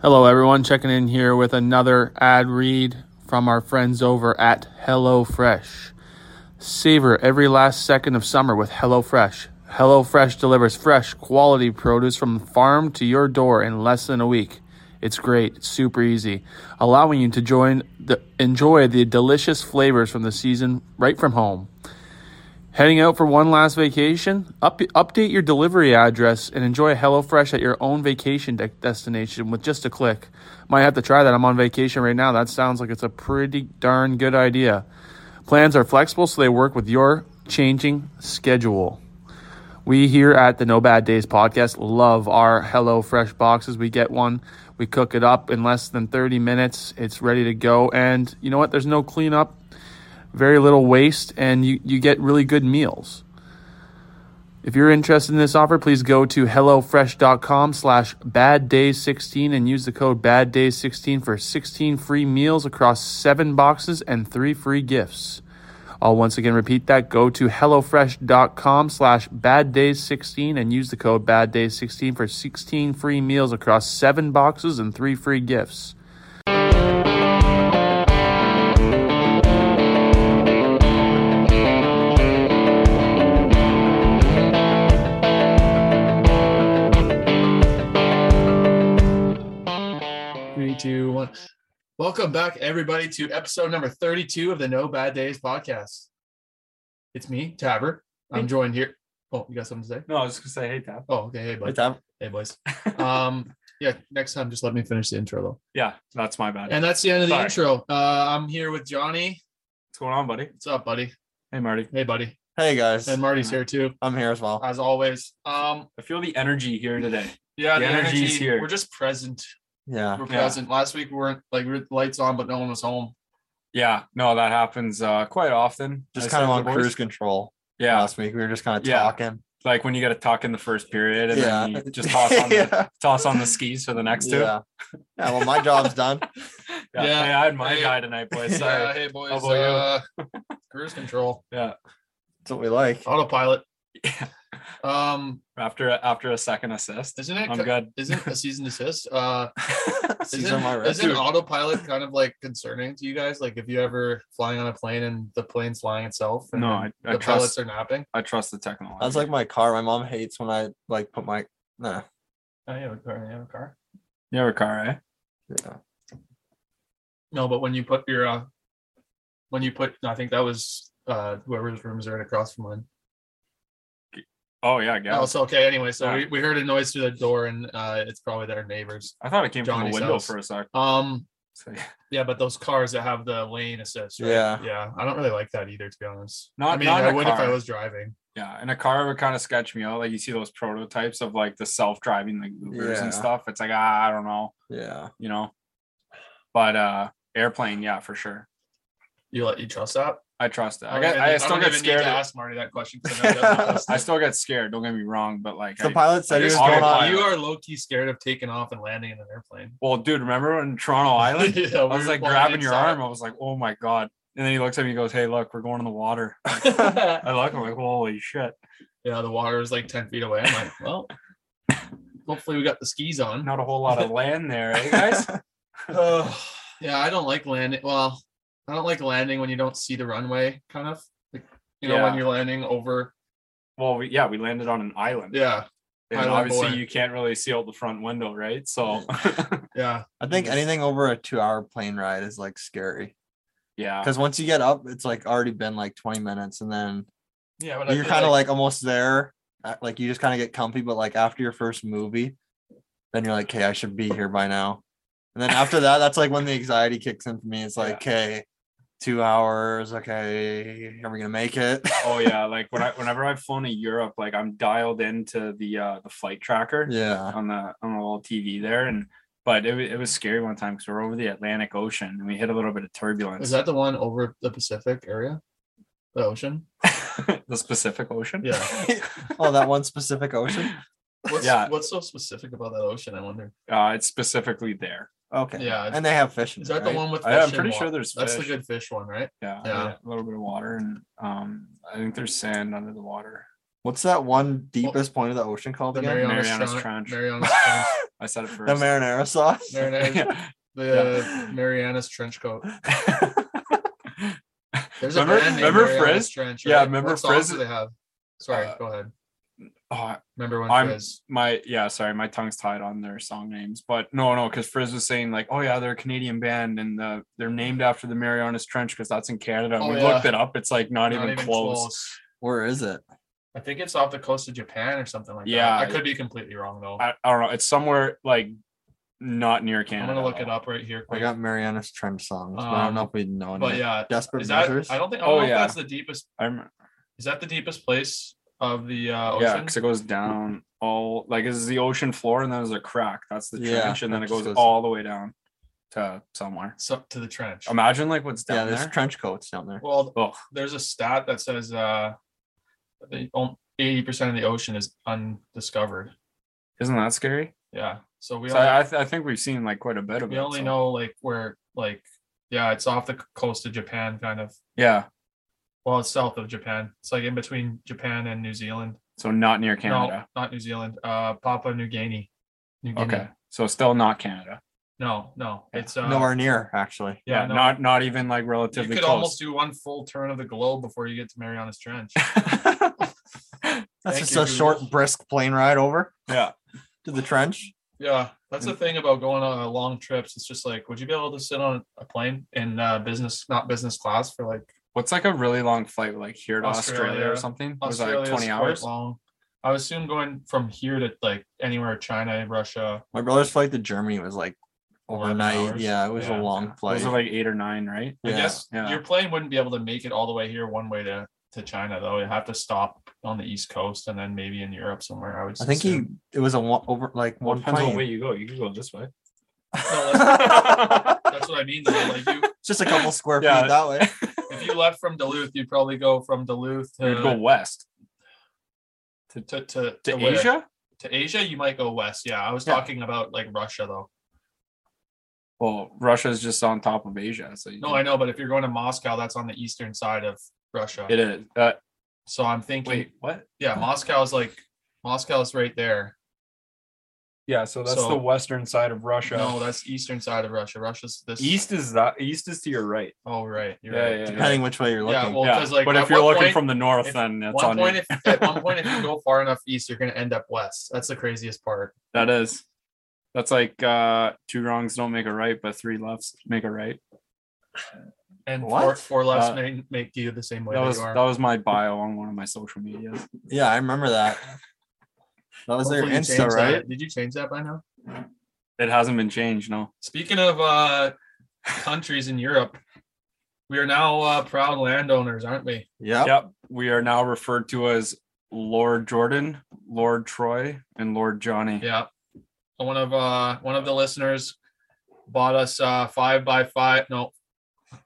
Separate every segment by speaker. Speaker 1: Hello, everyone. Checking in here with another ad read from our friends over at HelloFresh. Savor every last second of summer with HelloFresh. HelloFresh delivers fresh, quality produce from the farm to your door in less than a week. It's great, it's super easy, allowing you to join the, enjoy the delicious flavors from the season right from home. Heading out for one last vacation? Up, update your delivery address and enjoy HelloFresh at your own vacation de- destination with just a click. Might have to try that. I'm on vacation right now. That sounds like it's a pretty darn good idea. Plans are flexible, so they work with your changing schedule. We here at the No Bad Days podcast love our Hello Fresh boxes. We get one, we cook it up in less than 30 minutes. It's ready to go. And you know what? There's no cleanup, very little waste, and you, you get really good meals. If you're interested in this offer, please go to HelloFresh.com slash BadDays16 and use the code BadDays16 for 16 free meals across 7 boxes and 3 free gifts. I'll once again repeat that. Go to HelloFresh.com slash BadDays16 and use the code BadDays16 for 16 free meals across 7 boxes and 3 free gifts.
Speaker 2: Three, two, one. Welcome back, everybody, to episode number 32 of the No Bad Days podcast. It's me, Tabber. I'm
Speaker 3: Hey.
Speaker 2: joined here. Oh, you got something to say?
Speaker 3: No, I was just gonna say, hey, Tab.
Speaker 2: Oh, okay. Hey, bud.
Speaker 4: Tab.
Speaker 2: Hey, boys. Um, yeah, next time, just let me finish the intro, though.
Speaker 3: yeah, that's my bad.
Speaker 2: And that's the end of the
Speaker 3: Sorry.
Speaker 2: intro. Uh, I'm here with Johnny.
Speaker 3: What's going on, buddy?
Speaker 2: What's up, buddy?
Speaker 3: Hey, Marty.
Speaker 2: Hey, buddy.
Speaker 4: Hey guys,
Speaker 2: And Marty's here, too,
Speaker 4: I'm here as well.
Speaker 2: as always. Um,
Speaker 3: I feel the energy here today.
Speaker 2: yeah,
Speaker 3: The
Speaker 2: the,
Speaker 3: energy's
Speaker 2: energy.
Speaker 3: here.
Speaker 2: We're just present.
Speaker 4: Yeah,
Speaker 2: We're
Speaker 3: Yeah.
Speaker 2: present. Last week, we weren't like, we were lights on, but no one was home.
Speaker 3: Yeah, no, that happens uh, quite often.
Speaker 4: just
Speaker 3: I
Speaker 4: kind of
Speaker 3: said
Speaker 4: on
Speaker 3: the boys.
Speaker 4: cruise control
Speaker 3: Yeah,
Speaker 4: last week. We were just kind of
Speaker 3: Yeah.
Speaker 4: talking.
Speaker 3: like when you got to tuck in the first period and
Speaker 4: yeah,
Speaker 3: then you just toss on the
Speaker 4: yeah.
Speaker 3: toss on the skis for the next two. Yeah,
Speaker 4: Yeah. yeah. Well, my job's done.
Speaker 2: Yeah.
Speaker 3: yeah. Hey, I had my
Speaker 2: Hey.
Speaker 3: guy tonight, boys.
Speaker 2: Yeah,
Speaker 3: Sorry.
Speaker 2: hey, boys.
Speaker 3: about you?
Speaker 2: Uh, cruise control,
Speaker 3: yeah.
Speaker 4: That's what we like.
Speaker 3: Oh.
Speaker 2: autopilot.
Speaker 3: yeah.
Speaker 2: Um,
Speaker 3: After after a second assist,
Speaker 2: Isn't it?
Speaker 3: I'm
Speaker 2: ki-
Speaker 3: good.
Speaker 2: Isn't a season assist? Uh,
Speaker 4: Season
Speaker 2: isn't,
Speaker 4: my
Speaker 2: isn't
Speaker 4: rescue.
Speaker 2: autopilot kind of like concerning to you guys? Like, if you ever flying on a plane and the plane's flying itself, and
Speaker 3: No,
Speaker 2: then
Speaker 3: I-
Speaker 2: the
Speaker 3: I
Speaker 2: pilots
Speaker 3: trust-
Speaker 2: are napping.
Speaker 3: I trust the technology.
Speaker 4: That's like my car. My mom hates when I like put my nah.
Speaker 2: I Oh, have a car. I have a car.
Speaker 3: you have a car, eh?
Speaker 4: Yeah.
Speaker 2: No, but when you put your, uh, when you put, no, I think that was uh, whoever's rooms are right across from mine.
Speaker 3: Oh yeah,
Speaker 2: Yeah.
Speaker 3: yeah.
Speaker 2: Oh, so okay. Anyway, so
Speaker 3: Yeah.
Speaker 2: we, we heard a noise through the door, and uh, it's probably their neighbors.
Speaker 3: I thought it came from
Speaker 2: Johnny's
Speaker 3: a window
Speaker 2: house.
Speaker 3: for a sec.
Speaker 2: Um,
Speaker 3: So,
Speaker 2: yeah, but those cars that have the lane assist. Right?
Speaker 4: Yeah.
Speaker 2: yeah. I don't really like that either, to be honest.
Speaker 3: Not-
Speaker 2: I mean,
Speaker 3: not in
Speaker 2: I
Speaker 3: a
Speaker 2: would if I
Speaker 3: car.
Speaker 2: was driving.
Speaker 3: Yeah, and a car would kind of sketch me out. Like you see those prototypes of like the self-driving like Ubers
Speaker 4: Yeah.
Speaker 3: and stuff. It's like ah, I don't know,
Speaker 4: Yeah.
Speaker 3: you know. But uh airplane, yeah, for sure.
Speaker 2: You let you trust that?
Speaker 3: I trust it. I,
Speaker 2: don't
Speaker 3: got,
Speaker 2: even-
Speaker 3: I still
Speaker 2: don't
Speaker 3: get
Speaker 2: even need
Speaker 3: scared.
Speaker 2: To
Speaker 3: of-
Speaker 2: ask Marty that question. 'cause I know he doesn't trust
Speaker 3: I
Speaker 2: it.
Speaker 3: still get scared. Don't get me wrong, but like,
Speaker 4: The
Speaker 3: I-
Speaker 4: pilot said
Speaker 2: You're
Speaker 4: he was
Speaker 3: just
Speaker 4: going
Speaker 2: scared-
Speaker 3: autopilot.
Speaker 4: on.
Speaker 2: You are low key scared of taking off and landing in an airplane.
Speaker 3: well, dude, remember in Toronto Island?
Speaker 2: Yeah,
Speaker 3: Oh, I
Speaker 2: we
Speaker 3: was
Speaker 2: were
Speaker 3: like
Speaker 2: flying
Speaker 3: grabbing your
Speaker 2: inside.
Speaker 3: arm. I was like, oh my god. And then he looks at me and goes, hey, look, we're going in the water.
Speaker 2: yeah,
Speaker 3: I look, I'm like, holy shit.
Speaker 2: the water is like ten feet away. I'm like, well, hopefully we got the skis on.
Speaker 3: Not a whole lot of land there, eh, guys?
Speaker 2: Ugh. yeah, I don't like landing. Well, I don't like landing when you don't see the runway, kind of. Like, you know, when
Speaker 3: Yeah.
Speaker 2: you're landing over.
Speaker 3: well, we, yeah, we landed on an island.
Speaker 2: Yeah,
Speaker 3: And
Speaker 2: Island
Speaker 3: obviously,
Speaker 2: boy.
Speaker 3: you can't really see out the front window, right? So,
Speaker 2: yeah,
Speaker 4: I think anything over a two-hour plane ride is like scary
Speaker 3: yeah.
Speaker 4: because once you get up, it's like already been like 20 minutes, and then
Speaker 2: yeah. But I
Speaker 4: you're
Speaker 2: feel
Speaker 4: kind of like almost there. uh, Like you just kind of get comfy, but like after your first movie, then you're like, "Hey, I should be here by now." And then after that, that's like when the anxiety kicks in for me. It's like, "Okay, two hours. Okay, are we gonna make it?
Speaker 3: Oh yeah, like when I whenever I've flown to Europe, like I'm dialed into the uh the flight tracker
Speaker 4: yeah.
Speaker 3: on the on the little TV there, and but it, wa- it was scary one time because we we're over the Atlantic Ocean and we hit a little bit of turbulence.
Speaker 2: Is that the one over the Pacific area? The ocean?
Speaker 3: the Pacific Ocean?
Speaker 2: Yeah.
Speaker 4: Oh, that one specific ocean.
Speaker 2: What's,
Speaker 3: Yeah.
Speaker 2: What's so specific about that ocean? I wonder.
Speaker 3: uh, it's specifically there.
Speaker 4: Okay.
Speaker 2: Yeah, it's-
Speaker 4: And they have fish. In
Speaker 2: Is
Speaker 4: there,
Speaker 2: that the
Speaker 4: right?
Speaker 2: one with?
Speaker 3: I- I'm
Speaker 2: fish in
Speaker 3: pretty
Speaker 2: wa-
Speaker 3: sure there's
Speaker 2: That's the
Speaker 3: fish.
Speaker 2: good fish one, right?
Speaker 3: Yeah,
Speaker 2: Yeah.
Speaker 3: a little bit of water, and um, I think there's sand under the water.
Speaker 4: What's that one deepest point of the ocean called
Speaker 2: The
Speaker 4: again?
Speaker 2: Mariana
Speaker 3: Marianas
Speaker 2: Trench.
Speaker 3: Trench.
Speaker 2: Marianas Trench.
Speaker 3: I said it first.
Speaker 4: the marinara sauce.
Speaker 2: Mariana-
Speaker 3: Yeah.
Speaker 2: the
Speaker 3: Yeah.
Speaker 2: Marianas Trench coat. There's
Speaker 3: remember,
Speaker 2: a band named
Speaker 3: remember
Speaker 2: Marianas
Speaker 3: Frizz?
Speaker 2: Trench,
Speaker 3: Yeah,
Speaker 2: right?
Speaker 3: remember
Speaker 2: What songs
Speaker 3: Frizz?
Speaker 2: do They have. Sorry,
Speaker 3: Uh,
Speaker 2: go ahead.
Speaker 3: Oh,
Speaker 2: Remember when
Speaker 3: I'm-
Speaker 2: Frizz?
Speaker 3: my yeah, sorry, my tongue's tied on their song names, but no, no, because Frizz was saying like, oh yeah, they're a Canadian band and uh, they're named after the Marianas Trench because that's in Canada. And
Speaker 2: Oh,
Speaker 3: we
Speaker 2: yeah.
Speaker 3: looked it up; it's like not, even, close.
Speaker 4: Where is it?
Speaker 2: I think it's off the coast of Japan or something like
Speaker 3: Yeah.
Speaker 2: that. I could be completely wrong though. I,
Speaker 3: I, I don't know; it's somewhere like not near
Speaker 2: am
Speaker 3: Canada.
Speaker 2: gonna look
Speaker 3: at
Speaker 2: it
Speaker 3: all.
Speaker 2: up right here.
Speaker 4: I
Speaker 2: Quick.
Speaker 4: got Mariana's Trench songs, but I don't know
Speaker 2: Um,
Speaker 4: if we know
Speaker 2: but
Speaker 4: any.
Speaker 2: yeah,
Speaker 4: Desperate
Speaker 2: is that?
Speaker 4: Measures.
Speaker 2: I don't think. I
Speaker 3: Oh,
Speaker 2: don't know
Speaker 3: yeah.
Speaker 2: if that's the deepest.
Speaker 3: I'm
Speaker 2: Is that the deepest place of the uh,
Speaker 3: yeah,
Speaker 2: ocean?
Speaker 3: because it goes down all like this is the ocean floor, and then there's a crack. That's the
Speaker 4: Yeah,
Speaker 3: trench, and then
Speaker 4: that
Speaker 3: it
Speaker 4: just
Speaker 3: goes
Speaker 4: goes-
Speaker 3: all the way down to somewhere.
Speaker 2: It's up to the trench.
Speaker 3: Imagine like what's
Speaker 4: yeah,
Speaker 3: down
Speaker 4: there's
Speaker 3: there.
Speaker 4: trench coats down there.
Speaker 2: well,
Speaker 3: oh,
Speaker 2: there's a stat that says uh, eighty percent of the ocean is undiscovered.
Speaker 3: isn't that scary?
Speaker 2: Yeah, so we
Speaker 3: So
Speaker 2: only,
Speaker 3: I, I, th- I think we've seen like quite a bit of
Speaker 2: we
Speaker 3: it.
Speaker 2: only
Speaker 3: so-
Speaker 2: know like where like yeah, it's off the coast of Japan, kind of.
Speaker 3: Yeah.
Speaker 2: Well, it's south of Japan. It's like in between Japan and New Zealand.
Speaker 3: So not near Canada.
Speaker 2: No, not New Zealand. Uh, Papua New Guinea. New Guinea.
Speaker 3: okay. So still not Canada.
Speaker 2: No, no,
Speaker 3: Yeah.
Speaker 2: it's uh,
Speaker 4: Nowhere near, actually.
Speaker 3: Yeah.
Speaker 2: Yeah, no.
Speaker 3: Not not even like
Speaker 2: You
Speaker 3: relatively
Speaker 2: could
Speaker 3: close.
Speaker 2: almost do one full turn of the globe before you get to Marianas Trench.
Speaker 4: That's
Speaker 2: Thank
Speaker 4: just
Speaker 2: you,
Speaker 4: a short,
Speaker 2: Google.
Speaker 4: brisk plane ride over
Speaker 3: yeah.
Speaker 4: to the trench.
Speaker 2: Yeah, that's the thing about going on uh, long trips. It's just like, would you be able to sit on a plane in uh, business, not business class, for like
Speaker 3: What's like a really long flight like here to Australia,
Speaker 2: Australia.
Speaker 3: or something? Was that
Speaker 2: Australia?
Speaker 3: like 20
Speaker 2: is quite
Speaker 3: hours?
Speaker 2: long. I would assume going from here to like anywhere China, Russia.
Speaker 4: My brother's flight to Germany was like
Speaker 2: Eleven
Speaker 4: overnight.
Speaker 2: hours.
Speaker 4: Yeah, it was
Speaker 2: Yeah.
Speaker 4: a long flight.
Speaker 3: Those are like eight or nine, right?
Speaker 4: Yeah.
Speaker 2: I guess
Speaker 3: Yeah.
Speaker 2: your plane wouldn't be able to make it all the way here one way to to China though. You have to stop on the east coast and then maybe in Europe somewhere. I would.
Speaker 4: I think he
Speaker 2: assume.
Speaker 4: it was a one over like
Speaker 3: Well,
Speaker 4: one
Speaker 3: depends on
Speaker 4: plane.
Speaker 3: where you go. You can go this way.
Speaker 2: Oh, That's what I mean. Though. Like you,
Speaker 4: just a couple square feet
Speaker 3: Yeah.
Speaker 4: that way.
Speaker 2: if you left from Duluth, you'd probably go from Duluth
Speaker 3: You'd go
Speaker 2: to
Speaker 3: west
Speaker 2: to to,
Speaker 3: to
Speaker 2: where?
Speaker 3: Asia.
Speaker 2: To Asia, you might go west. Yeah, I was
Speaker 4: Yeah.
Speaker 2: talking about like Russia though.
Speaker 3: Well, Russia's just on top of Asia, so you
Speaker 2: No,
Speaker 3: can-
Speaker 2: I know, but if you're going to Moscow, that's on the eastern side of Russia.
Speaker 3: it is. Uh,
Speaker 2: So I'm thinking,
Speaker 3: wait, what?
Speaker 2: yeah, Moscow's like Moscow's right there.
Speaker 3: Yeah, so that's
Speaker 2: So-
Speaker 3: the western side of Russia.
Speaker 2: No, that's eastern side of Russia. Russia's this
Speaker 3: east is that east is to your right.
Speaker 2: Oh, right. You're
Speaker 3: Yeah,
Speaker 2: right.
Speaker 3: yeah,
Speaker 4: Depending which way you're
Speaker 2: Yeah,
Speaker 4: looking.
Speaker 2: well,
Speaker 3: yeah,
Speaker 2: 'cause, like,
Speaker 3: but
Speaker 2: at
Speaker 3: if you're
Speaker 2: one
Speaker 3: looking
Speaker 2: point-
Speaker 3: from the north,
Speaker 2: if-
Speaker 3: then that's
Speaker 2: one
Speaker 3: on
Speaker 2: point,
Speaker 3: you.
Speaker 2: if, at one point, if you go far enough east, you're going to end up west. That's the craziest part.
Speaker 3: That is. That's like uh two wrongs don't make a right, but three lefts make a right.
Speaker 2: And four,
Speaker 4: What?
Speaker 2: four lefts
Speaker 3: Uh,
Speaker 2: may make you the same way
Speaker 3: That
Speaker 2: that
Speaker 3: was
Speaker 2: you are.
Speaker 3: that was my bio on one of my social medias.
Speaker 4: Yeah, I remember that. That was their
Speaker 2: Hopefully you
Speaker 4: Insta,
Speaker 2: changed that.
Speaker 4: right?
Speaker 2: Did you change that by now?
Speaker 3: It hasn't been changed, no.
Speaker 2: Speaking of uh, countries in Europe, we are now uh, proud landowners, aren't we?
Speaker 4: Yeah.
Speaker 3: Yep. We are now referred to as Lord Jordan, Lord Troy, and Lord Johnny.
Speaker 2: Yeah. One of uh, one of the listeners bought us uh, five by five, no,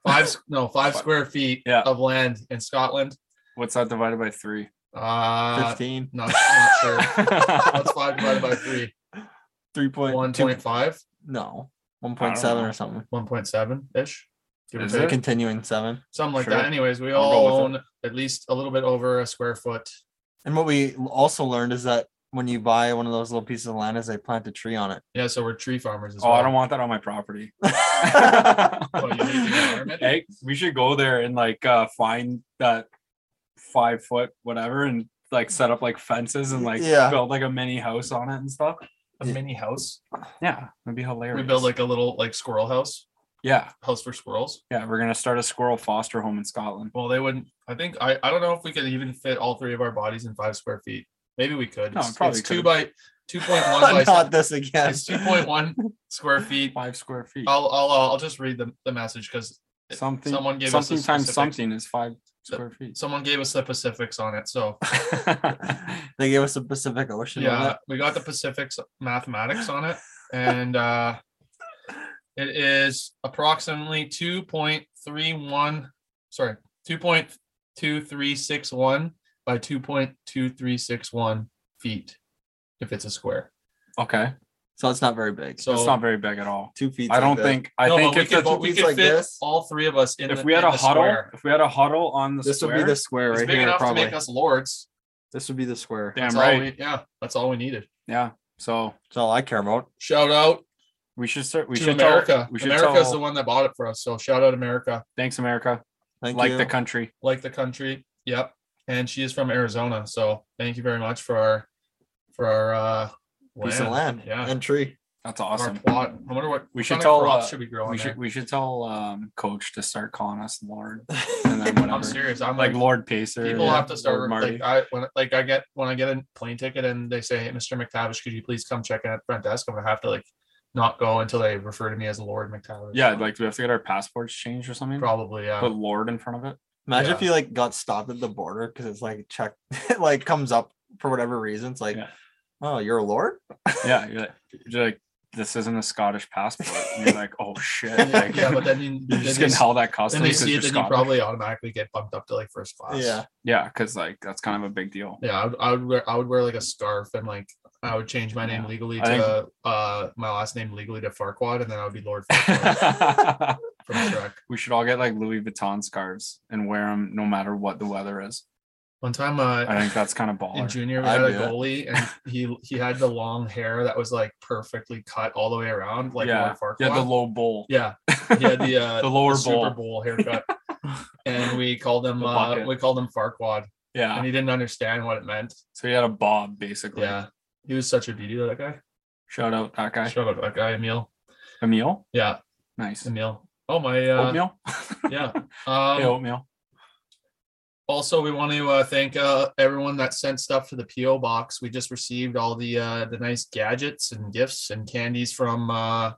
Speaker 2: five, s- no, five square feet
Speaker 3: Yeah.
Speaker 2: of land in Scotland.
Speaker 3: What's that divided by three?
Speaker 2: Uh,
Speaker 4: 15.
Speaker 2: not, not sure. What's five divided by three?
Speaker 4: 3.2.
Speaker 2: One point five,
Speaker 4: No. 1.7
Speaker 3: know.
Speaker 4: or something.
Speaker 2: one point seven ish, give or
Speaker 3: Is
Speaker 4: Is it a
Speaker 2: take,
Speaker 3: it?
Speaker 4: continuing seven?
Speaker 2: something like
Speaker 3: Sure.
Speaker 2: that. Anyways, we
Speaker 3: I'll
Speaker 2: all
Speaker 3: go with
Speaker 2: own at least a little bit over a square foot.
Speaker 4: And what we also learned is that when you buy one of those little pieces of land, is they plant a tree on it.
Speaker 2: Yeah, so we're tree farmers as
Speaker 3: Oh,
Speaker 2: well.
Speaker 3: I don't want that on my property.
Speaker 2: you need the environment?
Speaker 3: hey, we should go there and like uh find that five foot whatever and like set up like fences and like
Speaker 4: Yeah.
Speaker 3: build like a mini house on it and stuff.
Speaker 2: a mini house.
Speaker 3: Yeah, it'd be hilarious.
Speaker 2: We build like a little like squirrel house,
Speaker 3: yeah,
Speaker 2: house for squirrels.
Speaker 3: yeah. We're gonna start a squirrel foster home in Scotland.
Speaker 2: Well, they wouldn't. I think I. I don't know if we could even fit all three of our bodies in five square feet. Maybe we could.
Speaker 3: No,
Speaker 2: it's,
Speaker 3: probably
Speaker 2: it's two
Speaker 3: could.
Speaker 2: by two point one by.
Speaker 4: Not this again.
Speaker 2: It's two point one square feet.
Speaker 3: Five square feet.
Speaker 2: I'll I'll uh, I'll just read the, the message because
Speaker 3: Something.
Speaker 2: Someone gave us
Speaker 3: something
Speaker 2: the
Speaker 3: times
Speaker 2: specifics.
Speaker 3: something is five square feet.
Speaker 2: Someone gave us the Pacifics on it, so
Speaker 4: They gave us the Pacific Ocean. on
Speaker 2: yeah,
Speaker 4: it.
Speaker 2: we got the Pacifics mathematics on it, and uh, it is approximately two point three one. Sorry, two point two three six one by two point two three six one feet, if it's a square.
Speaker 3: okay,
Speaker 4: So it's not very big.
Speaker 2: So
Speaker 3: it's not very big at all.
Speaker 4: Two feet.
Speaker 3: I don't think. I
Speaker 2: No,
Speaker 3: think
Speaker 2: but
Speaker 3: if
Speaker 2: we
Speaker 3: the,
Speaker 2: could, but we
Speaker 4: it's
Speaker 2: could
Speaker 4: like
Speaker 2: fit
Speaker 4: this.
Speaker 2: all three of us in.
Speaker 3: if
Speaker 2: the-
Speaker 3: we had
Speaker 2: in
Speaker 3: a
Speaker 2: the
Speaker 3: huddle,
Speaker 2: square.
Speaker 3: if we had a huddle on the
Speaker 4: this
Speaker 3: square,
Speaker 4: would be the square
Speaker 2: it's
Speaker 4: right
Speaker 2: big
Speaker 4: here.
Speaker 2: enough
Speaker 4: Probably.
Speaker 2: to make us lords.
Speaker 4: this would be the square.
Speaker 3: damn
Speaker 2: That's all
Speaker 3: right.
Speaker 2: we, yeah, that's all we needed.
Speaker 3: yeah. So
Speaker 4: That's all I care about.
Speaker 2: Shout out
Speaker 3: we should start. We
Speaker 2: to
Speaker 3: should
Speaker 2: America.
Speaker 3: Tell, we should
Speaker 2: America's
Speaker 3: tell,
Speaker 2: the one that bought it for us. So shout out America,
Speaker 3: Thanks, America.
Speaker 4: Thank
Speaker 3: like
Speaker 4: you.
Speaker 3: the country.
Speaker 2: like the country. Yep. And she is from Arizona. So thank you very much for our for our uh
Speaker 4: piece of land
Speaker 2: Yeah.
Speaker 4: and tree.
Speaker 3: That's
Speaker 2: Our
Speaker 3: awesome.
Speaker 2: plot. I wonder what
Speaker 3: We
Speaker 2: what
Speaker 3: should
Speaker 2: kind of
Speaker 3: tell,
Speaker 2: crops
Speaker 3: uh,
Speaker 2: should we grow
Speaker 3: We
Speaker 2: in
Speaker 3: should
Speaker 2: there.
Speaker 3: we should tell um, Coach to start calling us Lord, and then whatever.
Speaker 2: I'm serious. I'm
Speaker 3: like
Speaker 2: like,
Speaker 3: Lord Pacer.
Speaker 2: people
Speaker 3: yeah,
Speaker 2: have to start
Speaker 3: Lord
Speaker 2: like I when like I get when I get a plane ticket and they say, Hey, Mr. McTavish, could you please come check in at the front desk? I'm gonna have to like not go until they refer to me as Lord McTavish.
Speaker 3: yeah, like do we have to get our passports changed or something?
Speaker 2: probably yeah.
Speaker 3: Put Lord in front of it.
Speaker 4: Imagine if
Speaker 2: Yeah.
Speaker 4: you like got stopped at the border because it's like check, it like comes up for whatever reason. It's like,
Speaker 3: Yeah.
Speaker 4: oh, you're a lord.
Speaker 3: Yeah, you're like, you're like, this isn't a Scottish passport. And you're like, oh shit.
Speaker 2: yeah,
Speaker 3: Like,
Speaker 2: yeah, but then you
Speaker 3: you're
Speaker 2: then
Speaker 3: just
Speaker 2: they
Speaker 3: getting held at
Speaker 2: then
Speaker 3: customs.
Speaker 2: they
Speaker 3: 'cause
Speaker 2: see
Speaker 3: you're
Speaker 2: it, then you
Speaker 3: Scottish.
Speaker 2: probably automatically get bumped up to like first class.
Speaker 4: Yeah.
Speaker 3: yeah, because like that's kind of a big deal.
Speaker 2: Yeah, I would, I would wear I would wear like a scarf and like I would change my name
Speaker 3: Yeah.
Speaker 2: legally
Speaker 3: I
Speaker 2: to
Speaker 3: think-
Speaker 2: uh my last name legally to Farquad and then I would be Lord Farquaad from Shrek.
Speaker 3: we should all get like Louis Vuitton scarves and wear them no matter what the weather is.
Speaker 2: One time
Speaker 3: I
Speaker 2: uh
Speaker 3: think that's kind of
Speaker 2: in
Speaker 3: baller.
Speaker 2: junior we
Speaker 4: I'd
Speaker 2: had a
Speaker 4: do it.
Speaker 2: goalie and he he had the long hair that was like perfectly cut all the way around like
Speaker 3: yeah,
Speaker 2: Lord Farquaad.
Speaker 3: yeah, the low bowl.
Speaker 2: yeah, he had the uh
Speaker 3: the lower
Speaker 2: the Super Bowl
Speaker 3: bowl.
Speaker 2: haircut. and we called him
Speaker 3: The
Speaker 2: uh,
Speaker 3: bucket.
Speaker 2: we called him Farquad
Speaker 3: Yeah.
Speaker 2: and he didn't understand what it meant.
Speaker 3: So he had a bob basically.
Speaker 2: Yeah. He was such a beauty that guy.
Speaker 3: Shout out that guy.
Speaker 2: Shout out to that guy, Emil.
Speaker 3: Emil.
Speaker 2: Yeah,
Speaker 3: Nice.
Speaker 2: Emil. Oh my uh
Speaker 3: oatmeal.
Speaker 2: yeah.
Speaker 3: Hey,
Speaker 2: Um,
Speaker 3: oatmeal.
Speaker 2: also, we want to uh, thank uh, everyone that sent stuff to the PO box. We just received all the uh, the nice gadgets and gifts and candies from uh,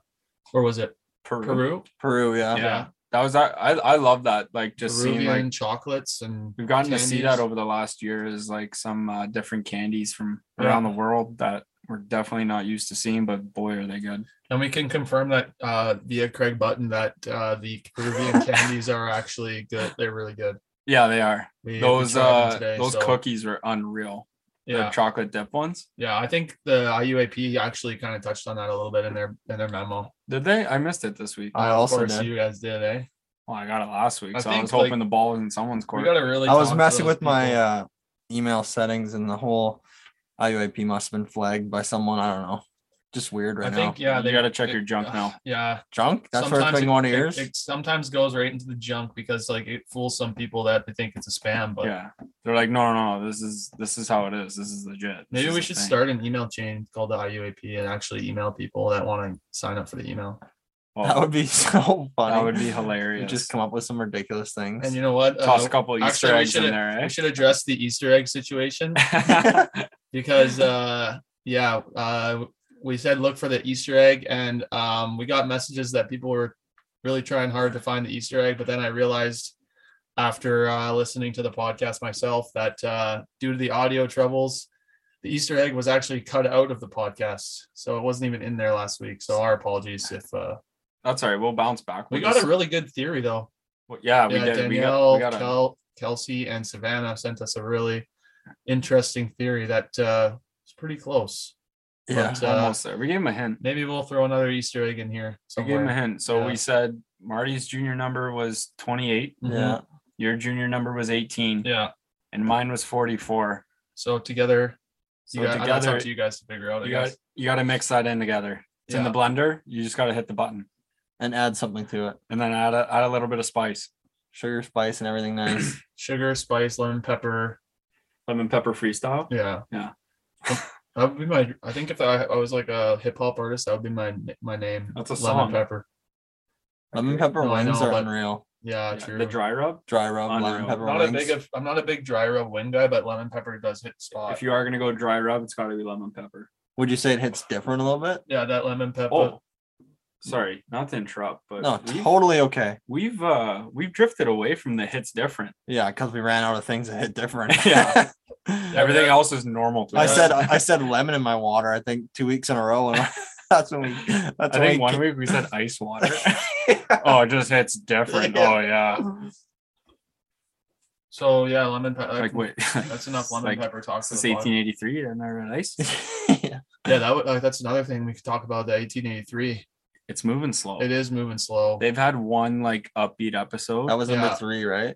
Speaker 2: where was it?
Speaker 3: Peru.
Speaker 2: Peru.
Speaker 4: Peru,
Speaker 3: Yeah.
Speaker 4: yeah.
Speaker 3: That was that. I I love that. Like just
Speaker 2: Peruvian
Speaker 3: seeing like
Speaker 2: chocolates and
Speaker 3: we've gotten to see
Speaker 2: candies.
Speaker 3: that over the last year is like some uh, different candies from
Speaker 2: Yeah.
Speaker 3: around the world that we're definitely not used to seeing, but boy are they good.
Speaker 2: and we can confirm that uh, via Craig Button that uh, the Peruvian candies are actually good. They're really good.
Speaker 3: Yeah, they are.
Speaker 2: We- we
Speaker 3: Those
Speaker 2: tried them
Speaker 3: uh
Speaker 2: today,
Speaker 3: those
Speaker 2: so,
Speaker 3: cookies are unreal. The
Speaker 2: Yeah,
Speaker 3: chocolate dip ones.
Speaker 2: yeah. I think the IUAP actually kind of touched on that a little bit in their in their memo.
Speaker 3: Did they? I missed it this week.
Speaker 4: I
Speaker 2: Of
Speaker 4: also
Speaker 2: course,
Speaker 4: did.
Speaker 2: you guys did, eh?
Speaker 3: Well, I got it last week,
Speaker 2: I
Speaker 3: so I
Speaker 2: think,
Speaker 3: was hoping
Speaker 2: like,
Speaker 3: the ball was in someone's
Speaker 2: We
Speaker 3: court.
Speaker 2: got to really.
Speaker 4: I was
Speaker 2: talk to
Speaker 4: messing
Speaker 2: those
Speaker 4: with my
Speaker 2: people.
Speaker 4: uh, email settings and the whole IUAP must have been flagged by someone. I don't know. Just weird right
Speaker 2: I think
Speaker 4: now.
Speaker 2: yeah,
Speaker 3: You
Speaker 2: they
Speaker 3: gotta check your junk
Speaker 2: uh,
Speaker 3: mail.
Speaker 2: Yeah,
Speaker 4: Junk? That's where it's
Speaker 2: sometimes
Speaker 4: been going
Speaker 2: it-
Speaker 4: to yours.
Speaker 2: It, it sometimes goes right into the junk because like it fools some people that they think it's a spam. But
Speaker 3: yeah, they're like, no, no, no. This is this is how it is. This is legit. This
Speaker 2: maybe
Speaker 3: is
Speaker 2: we
Speaker 3: the
Speaker 2: should
Speaker 3: thing."
Speaker 2: start an email chain called the IUAP and actually email people that want to sign up for the email.
Speaker 3: Well,
Speaker 4: that
Speaker 2: uh,
Speaker 4: would be so funny.
Speaker 3: That would be
Speaker 4: You
Speaker 3: hilarious.
Speaker 4: just come up with some ridiculous things.
Speaker 2: And you know what?
Speaker 3: toss a
Speaker 2: Uh,
Speaker 3: couple Easter
Speaker 2: actually, we
Speaker 3: eggs in
Speaker 2: should-
Speaker 3: there.
Speaker 2: we should address the Easter egg situation
Speaker 3: Eh?
Speaker 2: because uh, yeah, uh, we said look for the Easter egg, and um, we got messages that people were really trying hard to find the Easter egg, but then I realized after uh, listening to the podcast myself that uh, due to the audio troubles, the Easter egg was actually cut out of the podcast, so it wasn't even in there last week. So our apologies if uh,
Speaker 3: That's all right. We'll bounce back.
Speaker 2: we
Speaker 3: We'll
Speaker 2: got a
Speaker 3: just-
Speaker 2: really good theory though.
Speaker 3: well, yeah, we
Speaker 2: yeah,
Speaker 3: did. we
Speaker 2: Danielle,
Speaker 3: got, we got a,
Speaker 2: Kel, Kelsey, and Savannah sent us a really interesting theory that uh, was pretty close.
Speaker 4: yeah.
Speaker 2: but, uh,
Speaker 3: almost there. We gave him a hint.
Speaker 2: Maybe we'll throw another Easter egg in here
Speaker 3: We gave him a
Speaker 2: somewhere.
Speaker 3: hint. So
Speaker 2: Yeah.
Speaker 3: we said Marty's junior number was 28.
Speaker 2: Mhm.
Speaker 4: yeah.
Speaker 3: Your junior number was 18,
Speaker 2: Yeah.
Speaker 3: and mine was 44.
Speaker 2: So together,
Speaker 3: So
Speaker 2: you got, together, that's
Speaker 3: together,
Speaker 2: up to you guys to figure out. I
Speaker 3: you got
Speaker 2: guess.
Speaker 3: you got to mix that in together. It's in the
Speaker 2: Yeah.
Speaker 3: blender. You just got to hit the button
Speaker 4: And add something to it.
Speaker 3: and then add a, add a little bit of spice.
Speaker 4: Sugar, spice, and everything nice.
Speaker 2: Sugar, spice, lemon, pepper.
Speaker 3: Lemon pepper freestyle.
Speaker 2: Yeah.
Speaker 3: Yeah.
Speaker 2: That would be my. I think if I, I was like a hip hop artist, that would be my my name.
Speaker 3: That's a
Speaker 2: lemon
Speaker 3: song.
Speaker 2: pepper.
Speaker 4: lemon pepper
Speaker 2: No, I
Speaker 4: wings
Speaker 2: know,
Speaker 4: are
Speaker 2: but-
Speaker 4: unreal.
Speaker 2: Yeah,
Speaker 3: Yeah,
Speaker 2: true.
Speaker 3: The dry rub.
Speaker 4: Dry rub, lemon
Speaker 3: Unreal.
Speaker 4: pepper
Speaker 2: not a
Speaker 4: wings.
Speaker 2: big. Of, I'm not a big dry rub wing guy, but lemon pepper does hit the spot.
Speaker 3: If you are gonna go dry rub, it's got to be lemon pepper.
Speaker 4: Would you say it hits different a little bit?
Speaker 2: yeah, that lemon pepper.
Speaker 3: Oh, sorry, not to interrupt, but
Speaker 4: No,
Speaker 3: we've,
Speaker 4: totally okay.
Speaker 3: we've uh we've drifted away from the hits different.
Speaker 4: Yeah, because we ran out of things that hit different.
Speaker 3: Yeah. Everything
Speaker 2: yeah.
Speaker 3: else is normal to
Speaker 4: I
Speaker 3: us.
Speaker 4: said I said lemon in my water. I think two weeks in a row, and that's when we. That's
Speaker 3: I
Speaker 4: when
Speaker 3: think
Speaker 4: we
Speaker 3: one
Speaker 4: ki-
Speaker 3: week we said ice water. oh, it just hits different. Oh yeah.
Speaker 2: So yeah, lemon pepper.
Speaker 3: Like wait.
Speaker 2: that's enough lemon
Speaker 3: like,
Speaker 2: pepper talk. For
Speaker 3: Since
Speaker 2: the pod.
Speaker 3: 1883, and I read ice.
Speaker 4: Yeah.
Speaker 2: Yeah, that would, like, that's another thing we could talk about. The 1883.
Speaker 3: It's moving slow.
Speaker 2: It is moving slow.
Speaker 3: They've had one like upbeat episode.
Speaker 4: That was number
Speaker 2: Yeah.
Speaker 4: three, right?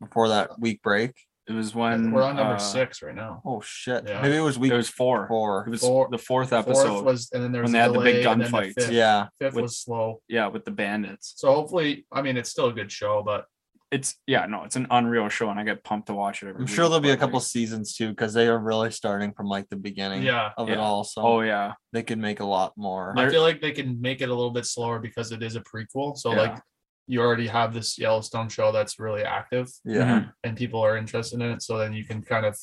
Speaker 4: Before that week break.
Speaker 3: it was when
Speaker 2: We're on number
Speaker 3: uh,
Speaker 2: six right now.
Speaker 4: Oh shit!
Speaker 2: Yeah.
Speaker 4: Maybe it was week
Speaker 3: It was four.
Speaker 4: four.
Speaker 3: It was
Speaker 2: Four-
Speaker 3: the fourth
Speaker 2: Fourth
Speaker 3: episode.
Speaker 2: was, and then there was
Speaker 3: when they
Speaker 2: a
Speaker 3: had the big
Speaker 2: delay, and then
Speaker 3: gunfights.
Speaker 2: fifth-
Speaker 4: Yeah,
Speaker 2: fifth
Speaker 3: With-
Speaker 2: was slow.
Speaker 3: yeah, with the bandits.
Speaker 2: So hopefully, I mean, it's still a good show, but
Speaker 3: It's yeah, no, it's an unreal show, and I get pumped to watch it. Every
Speaker 4: I'm sure
Speaker 3: week,
Speaker 4: there'll be a
Speaker 3: but, like,
Speaker 4: couple seasons too because they are really starting from like the beginning.
Speaker 2: Yeah.
Speaker 4: Of it
Speaker 3: Yeah.
Speaker 4: all, so
Speaker 3: Oh yeah,
Speaker 4: they could make a lot more.
Speaker 3: There-
Speaker 2: I feel like they can make it a little bit slower because it is a prequel. So
Speaker 3: Yeah.
Speaker 2: like, you already have this Yellowstone show that's really active,
Speaker 3: Mm-hmm.
Speaker 4: Yeah.
Speaker 2: and people are interested in it. So then you can kind of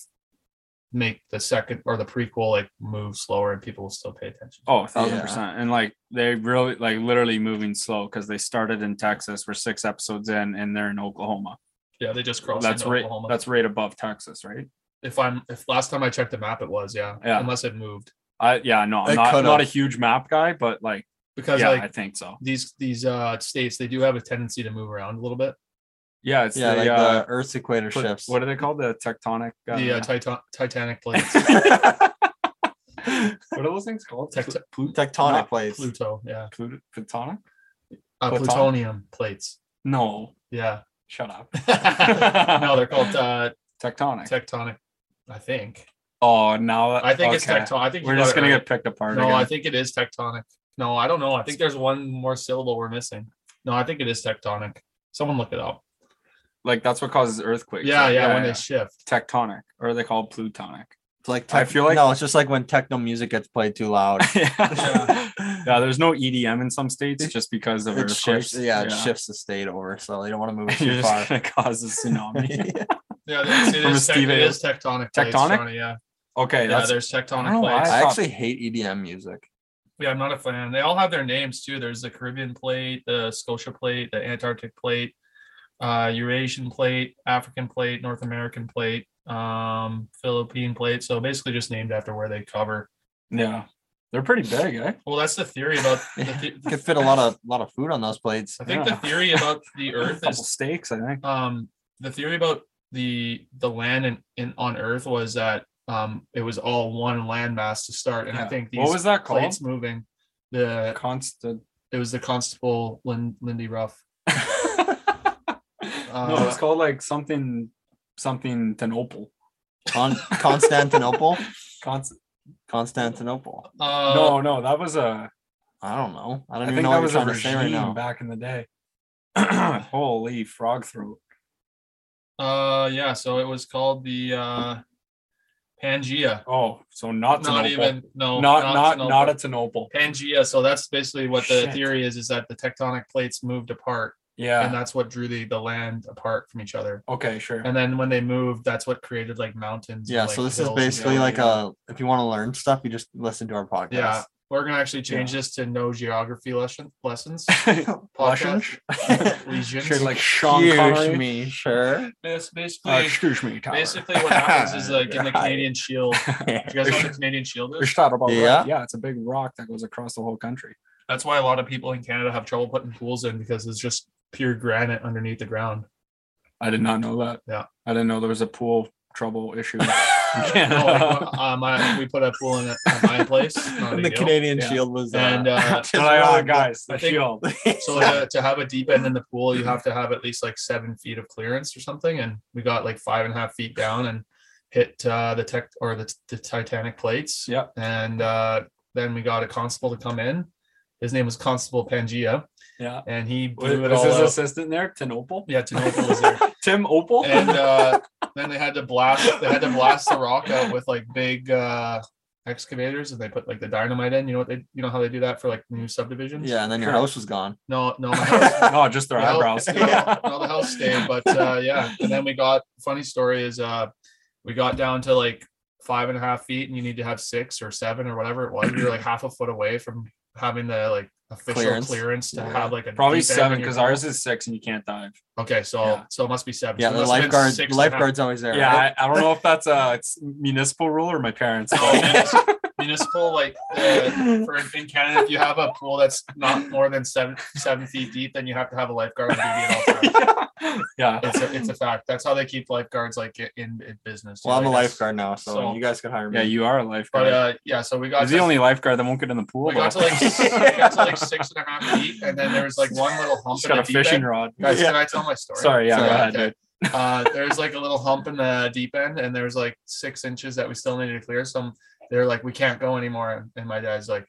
Speaker 2: make the second or the prequel like move slower, and people will still pay attention.
Speaker 3: Oh, thousand
Speaker 4: Yeah.
Speaker 3: percent. And like they really like literally moving slow because they started in Texas. We're six episodes in, and they're in Oklahoma.
Speaker 2: yeah, they just crossed
Speaker 3: That's
Speaker 2: into
Speaker 3: right.
Speaker 2: Oklahoma.
Speaker 3: That's right above Texas, right?
Speaker 2: if I'm if last time I checked the map, it was yeah,
Speaker 3: Yeah.
Speaker 2: unless it moved
Speaker 3: I yeah, no,
Speaker 4: They
Speaker 3: I'm not, I'm
Speaker 4: could've.
Speaker 3: not a huge map guy, but like
Speaker 2: because
Speaker 3: yeah,
Speaker 2: like
Speaker 3: I think so.
Speaker 2: these these uh states they do have a tendency to move around a little bit.
Speaker 3: Yeah, it's
Speaker 4: Yeah,
Speaker 3: the,
Speaker 4: like
Speaker 3: uh,
Speaker 4: the Earth's equator
Speaker 3: put-
Speaker 4: shifts.
Speaker 3: what are they called? The tectonic. Uh,
Speaker 2: the uh, Titan- Titanic plates,
Speaker 3: what are those things called?
Speaker 2: Tect-
Speaker 4: Tectonic plates.
Speaker 2: Pluto, yeah,
Speaker 3: Plut- Plutonic?
Speaker 2: uh,
Speaker 3: Pluton-
Speaker 2: plutonium plates,
Speaker 3: No,
Speaker 2: yeah.
Speaker 3: shut up.
Speaker 2: no, they're called uh,
Speaker 3: tectonic.
Speaker 2: tectonic. I think.
Speaker 3: oh, now that-
Speaker 2: I think it's
Speaker 3: okay.
Speaker 2: tectonic. I think you
Speaker 3: We're
Speaker 2: got
Speaker 3: just
Speaker 2: it
Speaker 3: gonna
Speaker 2: right.
Speaker 3: get picked apart.
Speaker 2: No,
Speaker 3: again.
Speaker 2: I think it is tectonic. No, I don't know. I think there's one more syllable we're missing. No, I think it is tectonic. Someone look it up.
Speaker 3: like that's what causes earthquakes.
Speaker 2: Yeah, yeah.
Speaker 3: right?
Speaker 2: when they shift.
Speaker 3: tectonic, or are they called plutonic?
Speaker 4: It's like
Speaker 3: I
Speaker 4: tec-
Speaker 3: feel like-
Speaker 4: no, it's just like when techno music gets played too loud.
Speaker 3: yeah. yeah, there's no EDM in some states just because of
Speaker 4: it
Speaker 3: earthquakes.
Speaker 4: shifts. Yeah, it shifts the state over, so they don't want to move it
Speaker 3: You're
Speaker 4: too
Speaker 3: just
Speaker 4: far.
Speaker 3: gonna cause a tsunami.
Speaker 2: Yeah, that's- it
Speaker 3: From
Speaker 2: is,
Speaker 3: a
Speaker 2: tec-
Speaker 3: Steve
Speaker 2: it
Speaker 3: Ale.
Speaker 2: is tectonic. plates,
Speaker 3: Tectonic?
Speaker 2: Johnny, yeah,
Speaker 3: okay,
Speaker 2: yeah.
Speaker 3: that's
Speaker 2: There's
Speaker 3: I don't
Speaker 2: tectonic
Speaker 3: know why.
Speaker 2: plates.
Speaker 4: I actually hate EDM music.
Speaker 2: Yeah, I'm not a fan. They all have their names too. There's the Caribbean plate, the Scotia plate, the Antarctic plate, uh, Eurasian plate, African plate, North American plate, um, Philippine plate. So basically, just named after where they cover.
Speaker 3: yeah. They're pretty big, eh?
Speaker 2: Well, that's the theory about. The
Speaker 4: Yeah.
Speaker 2: the-
Speaker 4: Could fit a lot of lot of food on those plates.
Speaker 2: I think
Speaker 3: Yeah.
Speaker 2: the theory about the Earth
Speaker 3: Couple
Speaker 2: is
Speaker 3: steaks, I think.
Speaker 2: um, the theory about the the land and in, on Earth was that um, it was all one landmass to start, and I
Speaker 3: Yeah.
Speaker 2: think these
Speaker 3: what was that called?
Speaker 2: plates moving. The
Speaker 3: Constant.
Speaker 2: it was the Constable Lin, Lindy Ruff.
Speaker 4: Uh,
Speaker 3: no, it's called like something, something Tenople.
Speaker 4: Con- Constantinople,
Speaker 3: Const-
Speaker 4: Constantinople.
Speaker 2: Uh,
Speaker 3: no, no, that was a.
Speaker 4: I don't know. I
Speaker 3: I
Speaker 4: don't
Speaker 3: think
Speaker 4: even know
Speaker 3: that
Speaker 4: what you're
Speaker 3: was a
Speaker 4: trying to say
Speaker 3: regime
Speaker 4: right now.
Speaker 3: back in the day. Holy frog throat.
Speaker 2: Uh, yeah. So it was called the uh, Pangea.
Speaker 3: Oh, so not
Speaker 2: Not
Speaker 3: Tenople.
Speaker 2: even no,
Speaker 3: not not
Speaker 2: Tenople.
Speaker 3: not a Tenople.
Speaker 2: Pangea. So that's basically what the
Speaker 3: Shit.
Speaker 2: theory is: is that the tectonic plates moved apart,
Speaker 3: Yeah.
Speaker 2: and that's what drew the the land apart from each other.
Speaker 3: okay, sure.
Speaker 2: And then when they moved, that's what created like mountains. and,
Speaker 4: Yeah,
Speaker 2: like,
Speaker 4: so this
Speaker 2: hills
Speaker 4: is
Speaker 2: and
Speaker 4: basically
Speaker 2: stuff.
Speaker 4: like a if you want to learn stuff, you just listen to our podcast.
Speaker 2: yeah. We're gonna actually change
Speaker 3: Yeah.
Speaker 2: this to no geography lesson lessons.
Speaker 3: Russians?
Speaker 2: Podcast. Legions.
Speaker 3: Shit, like Sean Connery.
Speaker 4: me, sure.
Speaker 2: That's
Speaker 3: Uh,
Speaker 2: basically
Speaker 3: excuse me, Tyler.
Speaker 2: basically what happens is like in the
Speaker 4: Right.
Speaker 2: Canadian Shield. Do you guys know what the Canadian Shield
Speaker 3: There's
Speaker 2: is?
Speaker 3: thought about
Speaker 4: Yeah.
Speaker 3: yeah, it's a big rock that goes across the whole country.
Speaker 2: That's why a lot of people in Canada have trouble putting pools in because it's just pure granite underneath the ground.
Speaker 3: I did not know that.
Speaker 2: Yeah.
Speaker 3: I didn't know there was a pool trouble issue.
Speaker 2: Yeah, no, like, uh, my, we put a pool in at at my place. not a
Speaker 4: And the
Speaker 2: big deal.
Speaker 4: Canadian
Speaker 3: Yeah.
Speaker 4: Shield was uh,
Speaker 2: And, uh,
Speaker 4: just
Speaker 3: And I all
Speaker 4: rocked.
Speaker 3: guys, the
Speaker 2: I think-
Speaker 3: shield.
Speaker 2: So to, to have a deep end in the pool, you
Speaker 4: Mm-hmm.
Speaker 2: have to have at least like seven feet of clearance or something. And we got like five and a half feet down and hit uh, the tech or the, the Titanic plates.
Speaker 3: Yep.
Speaker 2: And uh, then we got a constable to come in. His name was Constable Pangea,
Speaker 3: Yeah.
Speaker 2: and he
Speaker 3: Was,
Speaker 2: blew it
Speaker 3: was
Speaker 2: all
Speaker 3: his
Speaker 2: up.
Speaker 3: assistant there? Tim Opal?
Speaker 2: Yeah, Tenople was there.
Speaker 3: Tim Opal?
Speaker 2: and uh, then they had to blast they had to blast the rock out with like big uh, excavators and they put like the dynamite in you know what they you know how they do that for like new subdivisions
Speaker 4: Yeah, and then your
Speaker 3: Sure.
Speaker 4: house was gone.
Speaker 2: no no my house,
Speaker 3: no, just their
Speaker 2: my house-
Speaker 3: eyebrows.
Speaker 2: no, no, the house stayed but uh, yeah and then we got funny story is uh we got uh, down to like five and a half feet and you need to have six or seven or whatever it was, you're like half a foot away from having the like official
Speaker 4: Clearance.
Speaker 2: clearance, to
Speaker 4: Yeah.
Speaker 2: have like a
Speaker 3: Probably
Speaker 2: deep end in
Speaker 3: seven
Speaker 2: your
Speaker 3: because
Speaker 2: ball.
Speaker 3: ours is six and you can't dive.
Speaker 2: Okay, so
Speaker 3: Yeah.
Speaker 2: so it must be seven.
Speaker 4: Yeah,
Speaker 2: So it
Speaker 4: the
Speaker 2: must have been
Speaker 4: lifeguard,
Speaker 2: six
Speaker 4: the
Speaker 2: and a half.
Speaker 4: lifeguard's always there.
Speaker 3: Yeah,
Speaker 4: right?
Speaker 3: I, I don't know if that's a it's municipal rule or my parents.
Speaker 2: Oh,
Speaker 3: but-
Speaker 2: municipal like uh, for in Canada, if you have a pool that's not more than seven seven feet deep, then you have to have a lifeguard on duty at all times.
Speaker 3: yeah.
Speaker 2: It's a, it's a fact. That's how they keep lifeguards like in, in business.
Speaker 4: Well, I'm a
Speaker 2: Like, that's-
Speaker 4: lifeguard now, so,
Speaker 2: so-
Speaker 4: you guys could hire me.
Speaker 3: Yeah, you are a
Speaker 2: But
Speaker 3: lifeguard.
Speaker 2: uh, yeah, so we got
Speaker 3: He's the
Speaker 2: to-
Speaker 3: only lifeguard that won't get in the pool.
Speaker 2: we got to
Speaker 3: though.
Speaker 2: like s- we got to like six and a half feet, and then there was like one little hump.
Speaker 3: He's
Speaker 2: in
Speaker 3: got
Speaker 2: the
Speaker 3: a
Speaker 2: deep
Speaker 3: fishing
Speaker 2: end.
Speaker 3: rod.
Speaker 2: Guys,
Speaker 4: Yeah.
Speaker 2: can I tell my story?
Speaker 3: Sorry, yeah,
Speaker 4: Sorry,
Speaker 3: go ahead,
Speaker 2: okay.
Speaker 3: dude.
Speaker 2: uh, there's like a little hump in the deep end, and there's like six inches that we still needed to clear. So they're like, we can't go anymore. And, and my dad's like,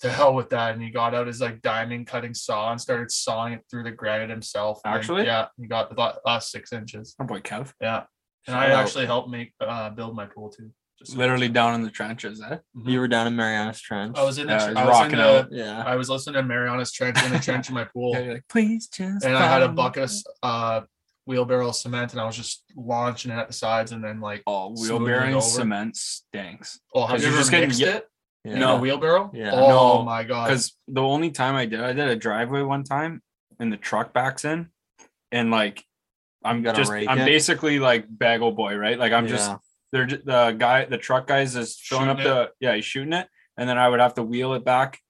Speaker 2: to hell with that. And he got out his like diamond cutting saw and started sawing it through the granite himself. And
Speaker 3: Actually?
Speaker 2: yeah, he got the last six inches.
Speaker 3: Oh boy, Kev.
Speaker 2: Yeah. And
Speaker 4: Shout
Speaker 2: I
Speaker 4: out.
Speaker 2: actually helped make uh, build my pool too. Just
Speaker 3: Literally down in the trenches, eh?
Speaker 4: You were down in Mariana's Trench.
Speaker 2: I was in the,
Speaker 3: Yeah, he's
Speaker 2: I was in
Speaker 3: Uh, rocking
Speaker 2: the
Speaker 4: yeah.
Speaker 2: I was listening to Mariana's trench in the trench in my pool.
Speaker 3: Yeah, you're like, please just.
Speaker 2: and I had a
Speaker 3: follow me."
Speaker 2: bucket of s- uh, wheelbarrow of cement, and I was just launching it at the sides, and then like,
Speaker 3: Oh,
Speaker 2: Smoothing
Speaker 3: wheelbarrow
Speaker 2: it
Speaker 3: and
Speaker 2: over.
Speaker 3: cement stinks.
Speaker 2: oh, have
Speaker 3: 'Cause
Speaker 2: you
Speaker 3: you're
Speaker 2: ever
Speaker 3: just getting
Speaker 2: mixed
Speaker 3: ye-
Speaker 2: it?
Speaker 4: yeah.
Speaker 2: in
Speaker 3: No.
Speaker 2: a wheelbarrow?
Speaker 4: Yeah.
Speaker 2: Oh
Speaker 3: No,
Speaker 2: my god.
Speaker 3: because the only time I did, I did a driveway one time, and the truck backs in, and like, I'm
Speaker 4: You gotta
Speaker 3: just,
Speaker 4: rake
Speaker 3: I'm
Speaker 4: it.
Speaker 3: basically like bagel boy, right? Like I'm just,
Speaker 4: Yeah.
Speaker 3: they're ju- the guy, the truck guys is filling up
Speaker 2: Shooting
Speaker 3: the, yeah, he's shooting it, and then I would have to wheel it back,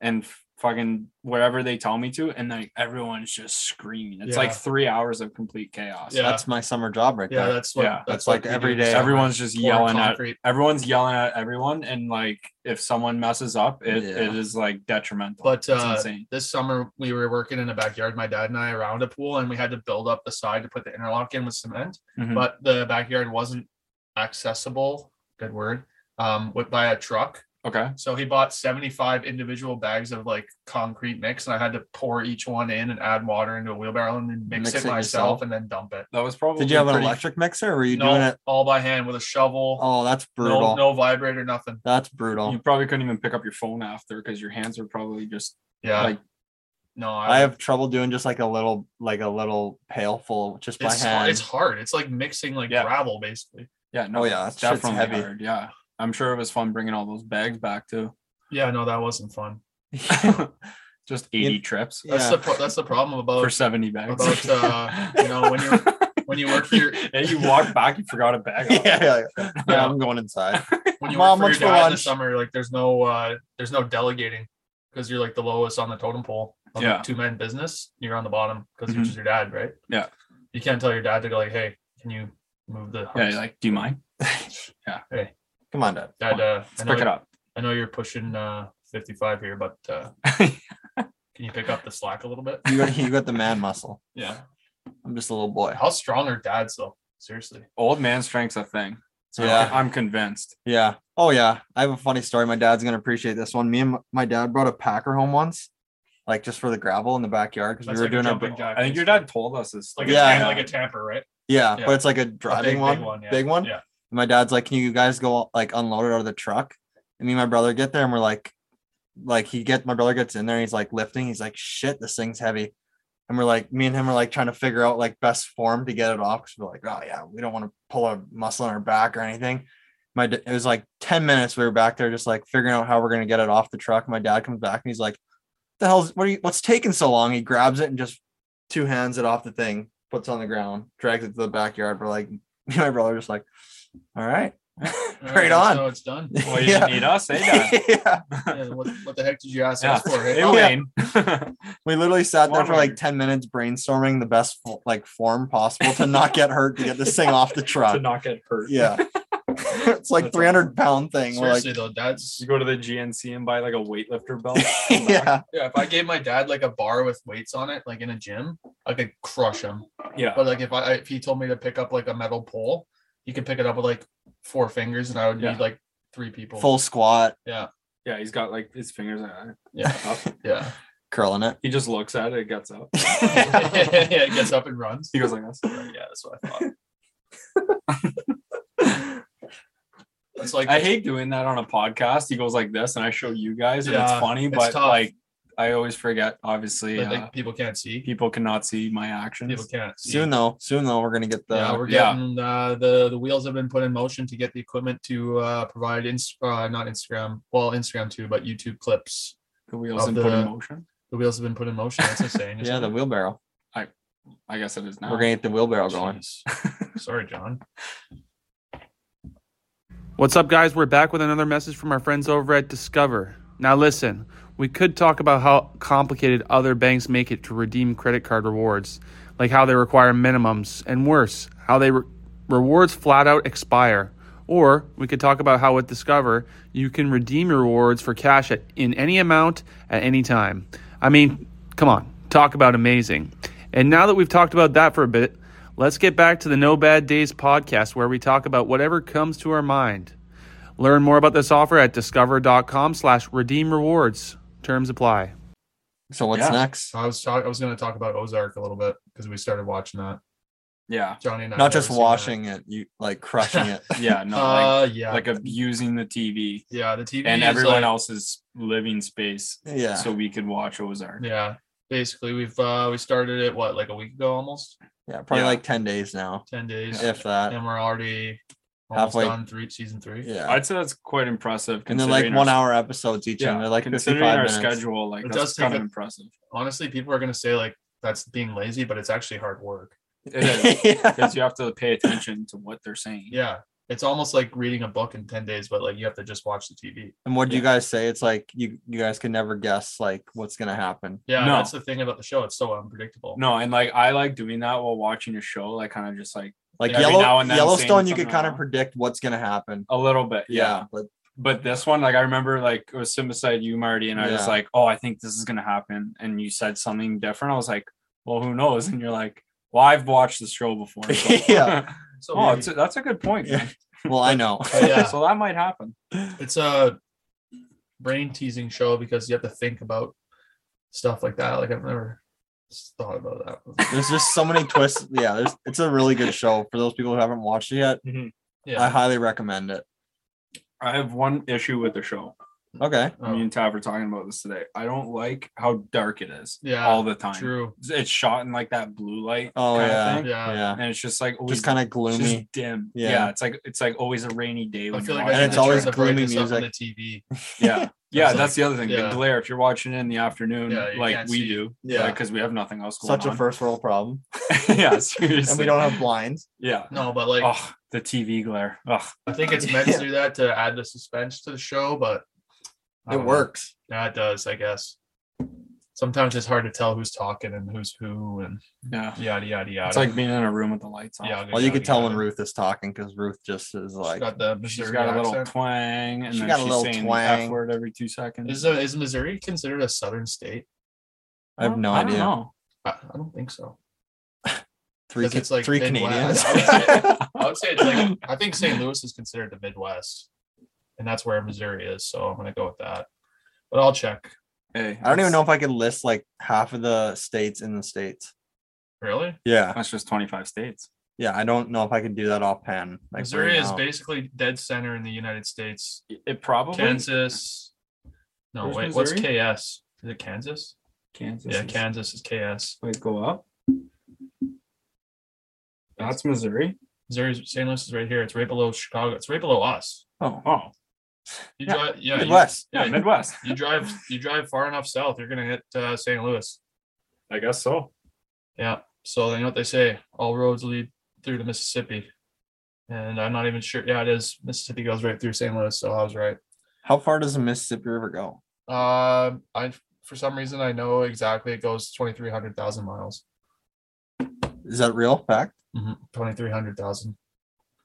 Speaker 3: and f- fucking wherever they tell me to, and like everyone's just screaming. It's like
Speaker 2: Yeah.
Speaker 3: three hours of complete chaos.
Speaker 2: Yeah.
Speaker 4: That's my summer job right
Speaker 2: yeah,
Speaker 4: there.
Speaker 2: that's what.
Speaker 3: Yeah,
Speaker 4: that's
Speaker 2: what
Speaker 4: like
Speaker 2: we do
Speaker 4: every
Speaker 2: this
Speaker 4: day.
Speaker 2: summer.
Speaker 3: Everyone's just
Speaker 2: Pouring
Speaker 3: yelling at
Speaker 2: concrete.
Speaker 3: everyone's yelling at everyone, and like if someone messes up, it,
Speaker 4: Yeah.
Speaker 3: it is like detrimental.
Speaker 2: But,
Speaker 3: it's
Speaker 2: uh,
Speaker 3: insane.
Speaker 2: This summer, we were working in the backyard, my dad and I, around a pool, and we had to build up the side to put the interlock in with cement.
Speaker 4: Mm-hmm.
Speaker 3: Mhm.
Speaker 2: But the backyard wasn't accessible. Good word. Um, with by a truck,
Speaker 3: okay.
Speaker 2: So he bought 75 individual bags of like concrete mix, and I had to pour each one in and add water into a wheelbarrow and then mix,
Speaker 4: Mix
Speaker 2: it,
Speaker 4: it yourself?
Speaker 2: myself and then dump it.
Speaker 3: That was probably.
Speaker 4: Did you have an
Speaker 3: pretty-
Speaker 4: electric mixer or were you
Speaker 2: no,
Speaker 4: doing it?
Speaker 2: all by hand with a shovel.
Speaker 4: Oh, that's
Speaker 2: no,
Speaker 4: brutal.
Speaker 2: no vibrator, nothing.
Speaker 4: That's brutal.
Speaker 3: You probably couldn't even pick up your phone after because your hands were probably just
Speaker 2: Yeah,
Speaker 3: like
Speaker 2: no, I,
Speaker 4: I have trouble doing just like a little, like a little pail full just by
Speaker 2: It's
Speaker 4: hand.
Speaker 2: it's hard. It's like mixing like
Speaker 3: Yeah.
Speaker 2: gravel, basically.
Speaker 3: yeah no
Speaker 4: Oh, yeah,
Speaker 3: it's
Speaker 4: that shit's
Speaker 3: definitely
Speaker 4: heavy.
Speaker 3: hard yeah I'm sure it was fun bringing all those bags back too
Speaker 2: Yeah, no, that wasn't fun.
Speaker 3: just 80
Speaker 4: In-
Speaker 3: trips
Speaker 2: That's
Speaker 4: Yeah.
Speaker 2: the pro- that's the problem
Speaker 3: for
Speaker 2: about
Speaker 3: 70 bags
Speaker 2: about uh, you know when you when you work for your
Speaker 3: and you walk back you forgot a bag
Speaker 4: yeah, yeah, yeah.
Speaker 2: Yeah.
Speaker 4: I'm going inside.
Speaker 2: when you
Speaker 4: Mom,
Speaker 2: work
Speaker 4: what's
Speaker 2: for
Speaker 4: for
Speaker 2: your dad in the
Speaker 4: lunch?
Speaker 2: summer, like there's no uh there's no delegating because you're like the lowest on the totem pole. Of
Speaker 3: Yeah.
Speaker 2: yeah. Two men business, you're on the bottom because
Speaker 3: Mhm.
Speaker 2: you're just your dad, right?
Speaker 3: Yeah.
Speaker 2: You can't tell your dad to go like, hey, can you move the
Speaker 3: yeah
Speaker 2: harness?
Speaker 3: you're like do you mind
Speaker 4: Come on, Dad.
Speaker 2: dad? Uh,
Speaker 3: let's
Speaker 2: I know,
Speaker 3: pick it up
Speaker 2: I know you're pushing uh 55 here, but uh can you pick up the slack a little bit?
Speaker 4: You got, you got the man muscle.
Speaker 2: Yeah.
Speaker 4: I'm just a little boy.
Speaker 2: How strong are dads though? Seriously.
Speaker 3: old man strength's a thing so
Speaker 4: Yeah.
Speaker 3: I'm convinced
Speaker 4: Yeah. Oh yeah. I have a funny story. My dad's gonna appreciate this one. Me and m- my dad brought a packer home once, like just for the gravel in the backyard because we
Speaker 2: That's
Speaker 4: were
Speaker 2: like a
Speaker 4: doing a
Speaker 2: jumping jack.
Speaker 3: I think your dad told us this
Speaker 2: like
Speaker 4: Yeah.
Speaker 2: a tam- like a tamper, right?
Speaker 4: yeah,
Speaker 2: Yeah.
Speaker 4: but it's like a
Speaker 2: A
Speaker 4: driving
Speaker 2: big,
Speaker 4: one,
Speaker 2: big one. Yeah.
Speaker 4: big one.
Speaker 2: Yeah.
Speaker 4: And my dad's like, "Can you guys go like unload it out of the truck?" And me and my brother get there, and we're like, like he get my brother gets in there, and he's like lifting. He's like, "Shit, this thing's heavy." And we're like, me and him are like trying to figure out like best form to get it off. Cause we're like, oh yeah, we don't want to pull a muscle in our back or anything. My da- it was like ten minutes. We were back there just like figuring out how we're gonna get it off the truck. My dad comes back and he's like, "The hell's what are you? What's taking so long?" He grabs it and just two hands it off the thing, puts it on the ground, drags it to the backyard. We're like, me and my brother just like, all right, right on.
Speaker 2: So it's done.
Speaker 3: well you didn't need us eh dad
Speaker 4: yeah.
Speaker 2: Yeah, what, what the heck did you ask
Speaker 3: yeah
Speaker 2: us for? Hey,
Speaker 3: hey Wayne
Speaker 4: We literally sat there
Speaker 3: One
Speaker 4: for like
Speaker 3: word.
Speaker 4: 10 minutes brainstorming the best fo- like form possible to not get hurt to get this thing off the
Speaker 3: to
Speaker 4: truck.
Speaker 3: not get hurt
Speaker 4: Yeah. it's like
Speaker 3: That's
Speaker 4: 300 pound thing. We're like,
Speaker 2: Seriously though, dad's
Speaker 3: you go to the GNC and buy like a weightlifter belt
Speaker 4: yeah.
Speaker 2: Yeah, if I gave my dad like a bar with weights on it, like in a gym, I could crush him.
Speaker 3: yeah
Speaker 2: But like if I if he told me to pick up like a metal pole, you could pick it up with like four fingers, and I would
Speaker 3: Yeah.
Speaker 2: need like three people.
Speaker 4: Full squat,
Speaker 3: Yeah, he's got like his fingers like, uh,
Speaker 2: Yeah,
Speaker 3: up.
Speaker 2: yeah,
Speaker 4: curling it.
Speaker 3: He just looks at it, it gets up.
Speaker 2: yeah. It gets up and runs.
Speaker 3: He goes like this.
Speaker 2: Yeah, that's what I thought. It's like
Speaker 3: I hate doing that on a podcast. He goes like this, and I show you guys, and it's
Speaker 2: Yeah,
Speaker 3: funny,
Speaker 2: it's
Speaker 3: but
Speaker 2: tough.
Speaker 3: like I always forget. Obviously,
Speaker 2: that they-
Speaker 3: uh,
Speaker 2: people can't see.
Speaker 3: people cannot see my
Speaker 2: People
Speaker 3: actions.
Speaker 2: can't see.
Speaker 4: Soon though, soon though, we're gonna get the.
Speaker 2: yeah, we're
Speaker 3: yeah.
Speaker 2: getting uh, the the wheels have been put in motion to get the equipment to uh, provide ins- uh, not Instagram, well Instagram too, but YouTube clips.
Speaker 3: The wheels
Speaker 2: Of
Speaker 3: and put in
Speaker 2: the-
Speaker 3: motion.
Speaker 2: The wheels have been put in motion. That's insane.
Speaker 4: yeah, the wheelbarrow.
Speaker 3: I guess it is now.
Speaker 4: We're gonna get the wheelbarrow going.
Speaker 2: Jeez. Sorry, John.
Speaker 1: What's up, guys? We're back with another message from our friends over at Discover. Now, listen, we could talk about how complicated other banks make it to redeem credit card rewards, like how they require minimums, and worse, how they re- rewards flat out expire. Or we could talk about how with Discover, you can redeem your rewards for cash at, in any amount at any time. I mean, come on, talk about amazing. And now that we've talked about that for a bit, Let's get back to the No Bad Days podcast where we talk about whatever comes to our mind. Learn more about this offer at discover.com slash redeem rewards. Terms apply.
Speaker 4: So what's
Speaker 3: Yeah. Oh,
Speaker 4: next?
Speaker 2: So I was talk- I was going to talk about Ozark a little bit because we started watching that.
Speaker 3: Yeah,
Speaker 2: Johnny and I have
Speaker 4: Not just
Speaker 2: never seen that.
Speaker 4: washing it, you like crushing it.
Speaker 3: yeah, no, like,
Speaker 2: Uh, yeah,
Speaker 3: like abusing the TV
Speaker 2: yeah, the TV
Speaker 3: and
Speaker 2: is,
Speaker 3: everyone
Speaker 2: like-
Speaker 3: else's living space,
Speaker 4: yeah.
Speaker 3: so we could watch Ozark.
Speaker 2: Yeah, basically we've uh, we started it what like a week ago, almost
Speaker 4: yeah, probably
Speaker 3: Yeah.
Speaker 4: like ten days now,
Speaker 2: ten days,
Speaker 4: if that.
Speaker 2: and we're already almost
Speaker 4: Halfway.
Speaker 2: done three season three.
Speaker 4: Yeah.
Speaker 3: I'd say that's quite impressive.
Speaker 4: and they're like
Speaker 3: considering
Speaker 4: one
Speaker 3: our-
Speaker 4: hour episodes each, and
Speaker 3: Yeah,
Speaker 4: they're like
Speaker 3: considering
Speaker 4: fifty-five
Speaker 3: our
Speaker 4: minutes.
Speaker 3: schedule, like
Speaker 2: It
Speaker 3: that's
Speaker 2: does take
Speaker 3: kind of
Speaker 2: a-
Speaker 3: impressive.
Speaker 2: Honestly, people are going to say like that's being lazy, but it's actually hard work.
Speaker 3: It is
Speaker 4: yeah.
Speaker 3: because you have to pay attention to what they're saying.
Speaker 2: Yeah, it's almost like reading a book in ten days, but like you have to just watch the TV.
Speaker 4: And what do you guys say? It's like you you guys can never guess like what's gonna happen.
Speaker 2: Yeah,
Speaker 3: No.
Speaker 2: that's the thing about the show; it's so unpredictable.
Speaker 3: No, and like I like doing that while watching a show, like kind of just like
Speaker 4: Like
Speaker 2: Yeah, every
Speaker 4: Yellow
Speaker 3: now and then
Speaker 4: Yellowstone,
Speaker 3: saying
Speaker 4: you could
Speaker 3: something
Speaker 4: kind of
Speaker 3: wrong.
Speaker 4: predict what's gonna happen.
Speaker 3: a little bit.
Speaker 4: Yeah, but
Speaker 3: But this one, like I remember like it was sitting beside you, Marty, and I was
Speaker 4: Yeah.
Speaker 3: like, Oh, I think this is gonna happen. And you said something different. I was like, Well, who knows? And you're like, Well, I've watched the show before. so-
Speaker 4: Yeah.
Speaker 2: So
Speaker 3: oh,
Speaker 2: maybe-
Speaker 3: it's a, that's a good point. man.
Speaker 4: well, I know.
Speaker 2: But yeah,
Speaker 3: so that might happen.
Speaker 2: it's a brain teasing show because you have to think about stuff like that. Like I've never thought about that.
Speaker 4: There's just so many twists. Yeah, there's it's a really good show for those people who haven't watched it yet. I
Speaker 2: Yeah,
Speaker 4: highly recommend it.
Speaker 3: I have one issue with the show.
Speaker 4: Okay.
Speaker 2: Oh,
Speaker 3: Me and Tav were talking about this today. I don't like how dark it is
Speaker 2: yeah,
Speaker 3: all the time.
Speaker 2: Oh, true.
Speaker 3: It's shot in like that blue light.
Speaker 4: Oh
Speaker 3: kinda
Speaker 4: yeah.
Speaker 3: thing,
Speaker 4: yeah,
Speaker 2: Yeah.
Speaker 3: And it's just like always
Speaker 4: Just kind of
Speaker 3: it's
Speaker 4: gloomy.
Speaker 3: just dim. Yeah.
Speaker 4: Yeah.
Speaker 3: it's like it's like always a rainy day
Speaker 2: I
Speaker 3: when
Speaker 2: feel
Speaker 3: you're
Speaker 2: like
Speaker 3: watching
Speaker 2: I
Speaker 4: And
Speaker 2: need
Speaker 4: it's
Speaker 2: to
Speaker 3: the
Speaker 4: always
Speaker 3: show.
Speaker 2: try to break
Speaker 4: gloomy
Speaker 2: this up on
Speaker 4: music.
Speaker 2: the TV.
Speaker 3: yeah yeah
Speaker 2: like-
Speaker 3: that's the other thing
Speaker 2: yeah.
Speaker 3: the glare if you're watching it in the afternoon
Speaker 2: Yeah, you
Speaker 3: like
Speaker 2: can't
Speaker 3: we
Speaker 2: see.
Speaker 3: do
Speaker 4: Yeah.
Speaker 3: because we have nothing else going
Speaker 4: Such a
Speaker 3: on.
Speaker 4: first world problem.
Speaker 3: yeah seriously
Speaker 4: And we don't have blinds.
Speaker 3: yeah
Speaker 2: No, but like
Speaker 3: oh the tv glare oh
Speaker 2: I think it's meant to do that to add the suspense to the show, but I
Speaker 4: It
Speaker 2: don't know.
Speaker 4: works.
Speaker 2: Yeah, it does, I guess. Sometimes it's hard to tell who's talking and who's who and
Speaker 3: yeah
Speaker 2: yada yada yada.
Speaker 3: it's like being in a room with the lights on
Speaker 2: yada,
Speaker 4: Well, you
Speaker 2: yada,
Speaker 4: could tell
Speaker 2: yada.
Speaker 4: when Ruth is talking because Ruth just is
Speaker 2: She's
Speaker 4: like
Speaker 2: got the
Speaker 3: she's
Speaker 2: Missouri
Speaker 3: got a little
Speaker 2: accent.
Speaker 3: twang and
Speaker 4: She
Speaker 3: then
Speaker 4: got a
Speaker 3: she's
Speaker 4: little
Speaker 3: saying the
Speaker 4: twang.
Speaker 3: f word every two seconds
Speaker 2: Is, uh, is Missouri considered a southern state?
Speaker 4: I have no
Speaker 3: I don't
Speaker 4: idea.
Speaker 3: know.
Speaker 2: I, I don't think so.
Speaker 4: three
Speaker 2: 'Cause
Speaker 4: Ca-
Speaker 2: it's like
Speaker 4: three Canadians.
Speaker 2: Midwest. I would say it's like I think St. Louis is considered the Midwest, and that's where Missouri is. So I'm gonna go with that. But I'll check.
Speaker 3: Hey,
Speaker 4: I don't even
Speaker 3: that's-
Speaker 4: know if I could list like half of the states in the states.
Speaker 2: Really?
Speaker 4: Yeah.
Speaker 3: that's just 25 states
Speaker 4: Yeah. I don't know if I could do that offhand. Like
Speaker 2: Missouri
Speaker 4: right
Speaker 2: is
Speaker 4: now.
Speaker 2: basically dead center in the United States.
Speaker 3: it probably
Speaker 2: Kansas. No,
Speaker 3: Oh, Where's
Speaker 2: wait,
Speaker 3: Missouri?
Speaker 2: what's KS? Is it Kansas?
Speaker 3: Kansas
Speaker 2: yeah,
Speaker 3: is-
Speaker 2: Kansas is KS.
Speaker 3: wait go up that's Missouri
Speaker 2: Missouri, St. Louis is right here. It's right below Chicago. It's right below us.
Speaker 3: oh oh
Speaker 2: You
Speaker 3: Yeah,
Speaker 2: drive, yeah, you-
Speaker 4: Midwest.
Speaker 3: yeah
Speaker 2: you-
Speaker 3: Midwest
Speaker 2: You, drive, you drive far enough south, you're gonna hit uh, St. Louis.
Speaker 3: I guess so
Speaker 2: Yeah. So you know what they say: all roads lead through to Mississippi. And I'm not even sure. Yeah, it is. Mississippi goes right through St. Louis, so I was right.
Speaker 4: How far does the Mississippi River go?
Speaker 2: Um, I for some reason I know exactly it goes twenty three hundred thousand miles.
Speaker 4: Is that real fact?
Speaker 2: three hundred thousand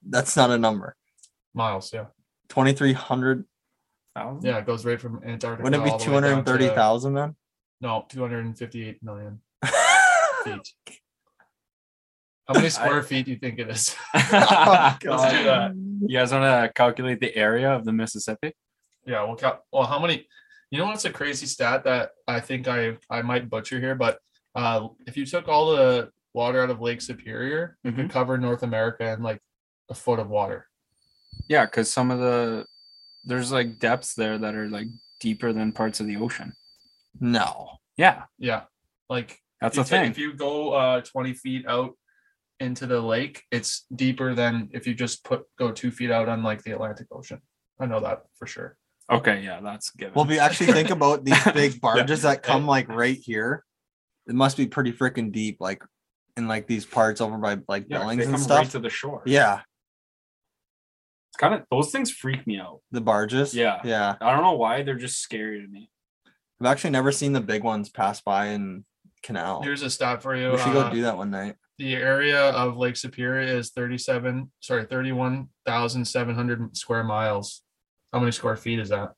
Speaker 4: That's not a number.
Speaker 2: miles. Yeah.
Speaker 4: 2,300. Um,
Speaker 3: Thousand?
Speaker 2: Yeah, it goes right from Antarctica.
Speaker 4: Mm-hmm. Wouldn't it
Speaker 2: all
Speaker 4: be
Speaker 2: the way down to-
Speaker 4: 230,000 then?
Speaker 2: No, 258 million feet. How many square feet do you think it is?
Speaker 4: Oh,
Speaker 3: Let's do that.
Speaker 4: God.
Speaker 3: You guys want to calculate the area of the Mississippi?
Speaker 2: yeah, well, cal- well, how many? You know what's a crazy stat that I think I I might butcher here, but uh, if you took all the water out of Lake Superior, you
Speaker 4: Mm-hmm.
Speaker 2: could cover North America in like a foot of water.
Speaker 3: Yeah, because some of the there's like depths there that are like deeper than parts of the ocean.
Speaker 4: No.
Speaker 3: Yeah,
Speaker 2: Yeah, like
Speaker 3: that's
Speaker 2: if
Speaker 3: a
Speaker 2: you take-
Speaker 3: thing.
Speaker 2: If you go uh, 20 feet out into the lake, it's deeper than if you just put go two feet out on like the Atlantic Ocean. I know that for sure.
Speaker 3: Okay, yeah, that's given.
Speaker 4: Well, if you actually think about these big barges that come
Speaker 2: Yeah.
Speaker 4: like right here, it must be pretty freaking deep, like in like these parts over by like
Speaker 3: yeah, 'cause
Speaker 4: Billings
Speaker 3: they come
Speaker 4: and
Speaker 3: right
Speaker 4: stuff.
Speaker 3: to the shore.
Speaker 4: yeah,
Speaker 3: it's kind of those things freak me out.
Speaker 4: the barges.
Speaker 3: Yeah.
Speaker 4: yeah.
Speaker 3: I don't know why they're just scary to me.
Speaker 4: I've actually never seen the big ones pass by in Canal.
Speaker 2: Here's a stat for you.
Speaker 4: we should go
Speaker 2: uh,
Speaker 4: do that one night.
Speaker 2: the area of Lake Superior is 37, sorry, 31,700 square miles. How many square feet is that?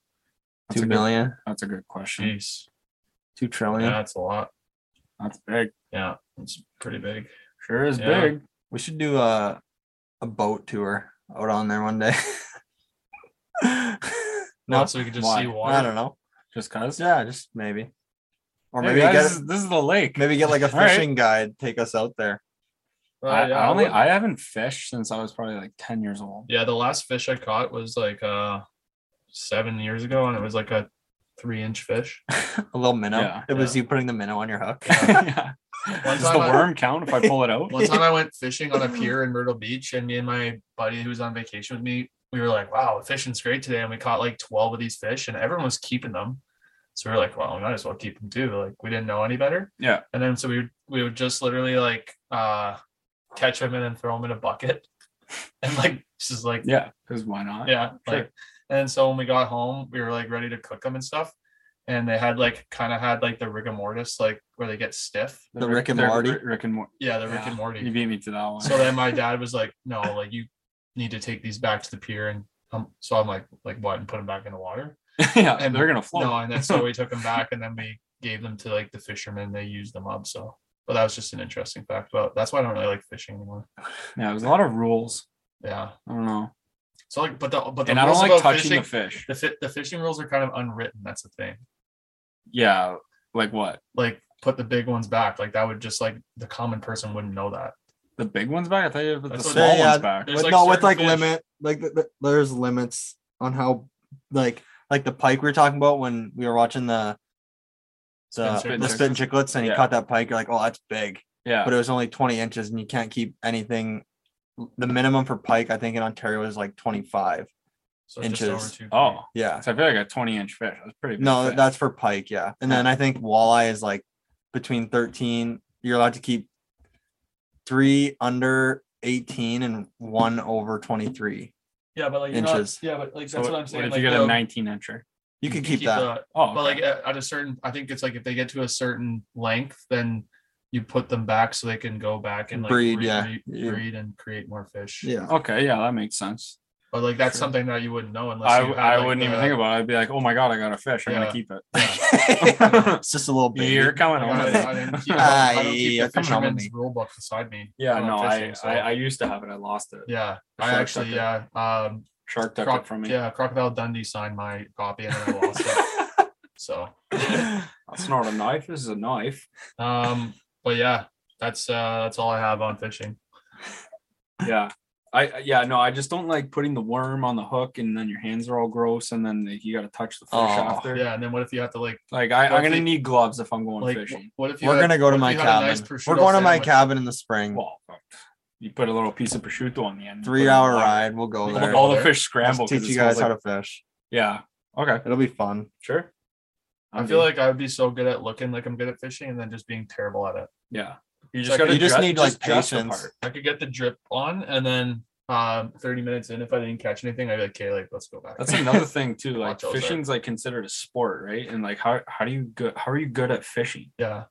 Speaker 3: That's
Speaker 4: Two
Speaker 3: a good-
Speaker 4: million,
Speaker 3: That's a good
Speaker 4: Hmm.
Speaker 3: question.
Speaker 2: Jeez.
Speaker 4: two
Speaker 2: Yeah,
Speaker 4: trillion.
Speaker 2: that's a lot.
Speaker 3: That's big.
Speaker 2: Yeah, it's pretty big.
Speaker 3: Sure is
Speaker 2: Yeah.
Speaker 3: big.
Speaker 4: We should do a a boat tour out on there one day. no,
Speaker 2: Not so we could just
Speaker 3: why?
Speaker 2: see
Speaker 4: I
Speaker 2: water.
Speaker 4: don't know.
Speaker 3: Just cause.
Speaker 4: Yeah, just maybe, or
Speaker 3: Hey,
Speaker 4: maybe
Speaker 3: guys,
Speaker 4: get
Speaker 3: this is- this is the lake.
Speaker 4: maybe get like a
Speaker 3: All right.
Speaker 4: fishing guide take us out there.
Speaker 2: Uh,
Speaker 3: I,
Speaker 2: yeah,
Speaker 3: I only
Speaker 2: would-
Speaker 3: I haven't fished since I was probably like ten years old.
Speaker 2: yeah, the last fish I caught was like uh seven years ago and it was like a three inch fish.
Speaker 4: A little minnow.
Speaker 3: Yeah.
Speaker 4: it was you putting the minnow on your hook.
Speaker 3: Yeah.
Speaker 2: One
Speaker 3: Does the
Speaker 2: time I-
Speaker 3: worm count if I pull it out?
Speaker 2: One time I went fishing on a pier in Myrtle Beach, and me and my buddy who was on vacation with me, we were like, wow, the fishing's great today. And we caught like 12 of these fish, and everyone was keeping them. So we were like, well, we might as well keep them too. Like, we didn't know any better.
Speaker 3: Yeah.
Speaker 2: And then so we would, we would just literally like uh, catch them and then throw them in a bucket. And like, this is like,
Speaker 3: Yeah, because why not?
Speaker 2: yeah.
Speaker 3: Sure.
Speaker 2: Like, and so when we got home, we were like ready to cook them and stuff. And they had like kind of had like the rigor mortis, like where they get stiff.
Speaker 4: The Rick and
Speaker 3: they're
Speaker 4: Morty.
Speaker 3: Rick- Rick and Morty.
Speaker 2: Yeah, the Rick and Morty.
Speaker 3: You beat me to that one.
Speaker 2: So then my dad was like, "No, like you need to take these back to the pier." And um, so I'm like, "Like what?" And put them back in the water.
Speaker 3: yeah,
Speaker 2: and-
Speaker 3: they're gonna float.
Speaker 2: No, and then so we took them back, and then we gave them to like the fishermen. They used them up. So, but that was just an interesting fact. But that's why I don't really like fishing anymore.
Speaker 3: yeah, there's a lot of rules.
Speaker 2: Yeah.
Speaker 3: I don't know,
Speaker 2: So like, but the but the
Speaker 3: and I don't
Speaker 2: rules
Speaker 3: like
Speaker 2: about fishing,
Speaker 3: touching the fish.
Speaker 2: the fi- the fishing rules are kind of unwritten. That's the thing.
Speaker 3: Yeah, like what?
Speaker 2: Like put the big ones back. Like that would just like the common person wouldn't know that.
Speaker 3: The big ones back. I thought you put the
Speaker 2: That's what-
Speaker 3: small
Speaker 4: Yeah,
Speaker 3: ones back.
Speaker 2: There's,
Speaker 4: With-
Speaker 2: like,
Speaker 4: no, with
Speaker 2: certain
Speaker 4: like
Speaker 2: fish.
Speaker 4: limit, like th- th- there's limits on how, like, like the pike we were talking about when we were watching the the
Speaker 2: Spin
Speaker 4: the
Speaker 3: circles.
Speaker 4: spit and chicklets, and he
Speaker 3: Yeah.
Speaker 4: caught that pike. You're like, oh, that's big,
Speaker 3: Yeah,
Speaker 4: but it was only 20 inches, and you can't keep anything. The minimum for pike, I think, in Ontario is like 25.
Speaker 2: So just over
Speaker 4: Inches.
Speaker 2: two. feet.
Speaker 3: oh,
Speaker 4: Yeah,
Speaker 3: so I feel like a 20 inch fish. That's pretty. big
Speaker 4: no,
Speaker 3: fish.
Speaker 4: that's for pike. Yeah, and then I think walleye is like between 13. You're allowed to keep three under 18 and one over 23.
Speaker 2: yeah, but like you're
Speaker 4: Inches.
Speaker 2: Not, yeah, but like that's
Speaker 3: So
Speaker 2: what I'm saying.
Speaker 3: If
Speaker 2: like,
Speaker 3: you get
Speaker 2: the-
Speaker 3: a 19 incher,
Speaker 4: You can keep that.
Speaker 2: the-
Speaker 3: oh,
Speaker 2: but
Speaker 3: okay.
Speaker 2: like at, at a certain i think it's like if they get to a certain length then you put them back so they can go back and like
Speaker 4: Breed, yeah. Yeah.
Speaker 2: breed and create more fish
Speaker 4: Yeah.
Speaker 3: okay, yeah, that makes sense.
Speaker 2: but like that's
Speaker 3: Sure.
Speaker 2: something that you wouldn't know unless
Speaker 3: I,
Speaker 2: you had,
Speaker 3: I
Speaker 2: like,
Speaker 3: wouldn't even
Speaker 2: the-
Speaker 3: think about it. I'd be like, oh my god, I got a fish. I'm
Speaker 2: Yeah.
Speaker 3: gonna keep it.
Speaker 4: it's just a little baby.
Speaker 3: You're coming
Speaker 2: I,
Speaker 3: on.
Speaker 2: don't- I didn't keep,
Speaker 3: it.
Speaker 2: I don't keep
Speaker 4: Aye,
Speaker 2: the
Speaker 4: come on with
Speaker 2: fisherman's
Speaker 4: me.
Speaker 2: rule book beside me
Speaker 3: yeah,
Speaker 2: when
Speaker 3: no,
Speaker 2: I'm
Speaker 3: I,
Speaker 2: fishing, so-
Speaker 3: I I used to have it. I lost it.
Speaker 2: yeah
Speaker 3: The
Speaker 2: i
Speaker 3: shark
Speaker 2: actually yeah
Speaker 3: took
Speaker 2: um
Speaker 3: Shark took
Speaker 2: croc-
Speaker 3: it from me.
Speaker 2: yeah crocodile dundee signed my copy and then i lost it so
Speaker 3: That's not a knife. This is a knife.
Speaker 2: um but yeah that's uh that's all i have on fishing
Speaker 3: Yeah. I I- yeah no I just don't like putting the worm on the hook and then your hands are all gross and then like, you got to touch the fish
Speaker 4: Oh,
Speaker 3: after.
Speaker 2: yeah and then what if you have to like
Speaker 3: Like I,
Speaker 2: Well,
Speaker 3: I'm gonna
Speaker 2: if-
Speaker 3: need gloves if I'm going
Speaker 2: like
Speaker 3: fishing.
Speaker 2: what if you
Speaker 4: We're
Speaker 2: had-
Speaker 4: gonna go to
Speaker 2: what
Speaker 4: my
Speaker 2: if you had a
Speaker 4: cabin.
Speaker 2: nice
Speaker 4: We're
Speaker 2: prosciutto
Speaker 4: going to my
Speaker 2: sandwich?
Speaker 4: cabin in the spring.
Speaker 3: Well, you put a little piece of prosciutto on the end.
Speaker 4: Three hour ride. We'll go
Speaker 3: All,
Speaker 4: there.
Speaker 3: the- all the
Speaker 2: There.
Speaker 3: fish
Speaker 4: Let's
Speaker 3: scramble. 'cause
Speaker 4: teach
Speaker 3: it
Speaker 4: you
Speaker 3: smells
Speaker 4: guys how
Speaker 3: like-
Speaker 4: to fish.
Speaker 3: Yeah. Okay.
Speaker 4: It'll be fun.
Speaker 3: Sure.
Speaker 2: I feel like I would be so good at looking like I'm good at fishing and then just being terrible at it.
Speaker 3: yeah. You
Speaker 2: like-
Speaker 3: gotta
Speaker 4: you just
Speaker 3: dress-
Speaker 4: need, like,
Speaker 3: dress the
Speaker 4: patience.
Speaker 3: part.
Speaker 2: I could get the drip on and then um 30 minutes in, if I didn't catch anything, I'd be like, okay, like let's go back.
Speaker 3: That's another thing too. Like
Speaker 2: Watch out there.
Speaker 3: fishing's like considered a sport, right? And like how how do you good how are you good at fishing?
Speaker 2: yeah.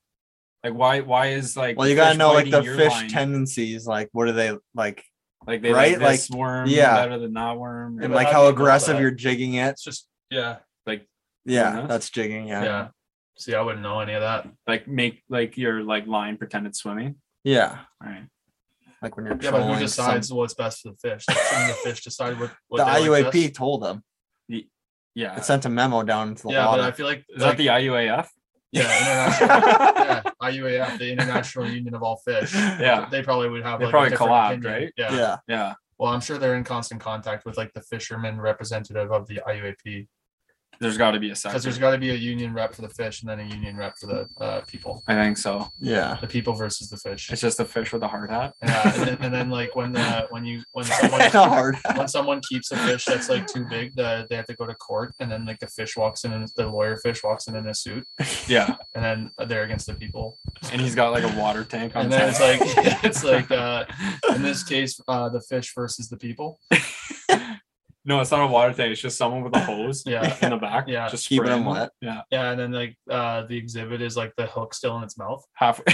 Speaker 3: Like why why is like
Speaker 4: Well, you
Speaker 3: the
Speaker 4: gotta
Speaker 3: fish
Speaker 4: know like the
Speaker 3: biting your
Speaker 4: fish
Speaker 3: line?
Speaker 4: tendencies. Like, what are they like?
Speaker 3: Like they
Speaker 4: Right?
Speaker 3: like this
Speaker 4: Like,
Speaker 3: worm
Speaker 4: yeah.
Speaker 3: better than that worm.
Speaker 4: And
Speaker 2: but
Speaker 4: like
Speaker 2: how
Speaker 4: how
Speaker 2: do you know
Speaker 4: aggressive
Speaker 2: that?
Speaker 4: you're jigging it.
Speaker 2: It's just yeah.
Speaker 3: like
Speaker 4: Yeah,
Speaker 3: enough.
Speaker 4: that's jigging.
Speaker 2: Yeah.
Speaker 4: Yeah. yeah,
Speaker 2: See, I wouldn't know any of that.
Speaker 3: like make like your like line pretend it's swimming. All right.
Speaker 4: Like when you're
Speaker 2: Yeah, but who
Speaker 4: trolling some-
Speaker 2: decides what's best for the fish? Like, shouldn't the fish decide what, what
Speaker 4: the
Speaker 2: they like
Speaker 4: IUAP
Speaker 2: best?
Speaker 4: told them.
Speaker 3: Yeah.
Speaker 4: It sent a memo down to the
Speaker 2: Yeah,
Speaker 4: water.
Speaker 2: but I feel like
Speaker 3: Is that the IUAF?
Speaker 2: yeah, international yeah, IUAF, the International Union of All Fish.
Speaker 3: Yeah.
Speaker 2: They probably would have
Speaker 3: They
Speaker 2: like, a
Speaker 3: probably
Speaker 2: different
Speaker 3: collabed,
Speaker 2: opinion.
Speaker 3: right?
Speaker 2: Yeah.
Speaker 4: yeah.
Speaker 3: Yeah.
Speaker 2: Well, I'm sure they're in constant contact with like the fisherman representative of the IUAP.
Speaker 3: There's got to be a
Speaker 2: because
Speaker 3: sector.
Speaker 2: there's got to be a union rep for the fish and then a union rep for the uh, people.
Speaker 3: I think so.
Speaker 4: Yeah.
Speaker 2: The people versus the fish.
Speaker 3: It's just the fish with a hard hat.
Speaker 2: Yeah, and, then, and then like when the when you when someone
Speaker 4: Hard.
Speaker 2: when someone keeps a fish that's like too big, the, they have to go to court, and then like the fish walks in, and the lawyer fish walks in in a suit,
Speaker 3: Yeah,
Speaker 2: and then they're against the people,
Speaker 3: and he's got like a water tank on.
Speaker 2: and then
Speaker 3: top.
Speaker 2: it's like it's like uh, in this case, uh, the fish versus the people.
Speaker 3: no, it's not a water tank. It's just someone with a hose.
Speaker 2: Yeah.
Speaker 3: in the back.
Speaker 2: Yeah.
Speaker 3: just
Speaker 4: Keeping
Speaker 3: spraying
Speaker 4: them wet.
Speaker 3: Yeah,
Speaker 2: Yeah, and then like uh, the exhibit is like the hook still in its mouth.
Speaker 3: halfway.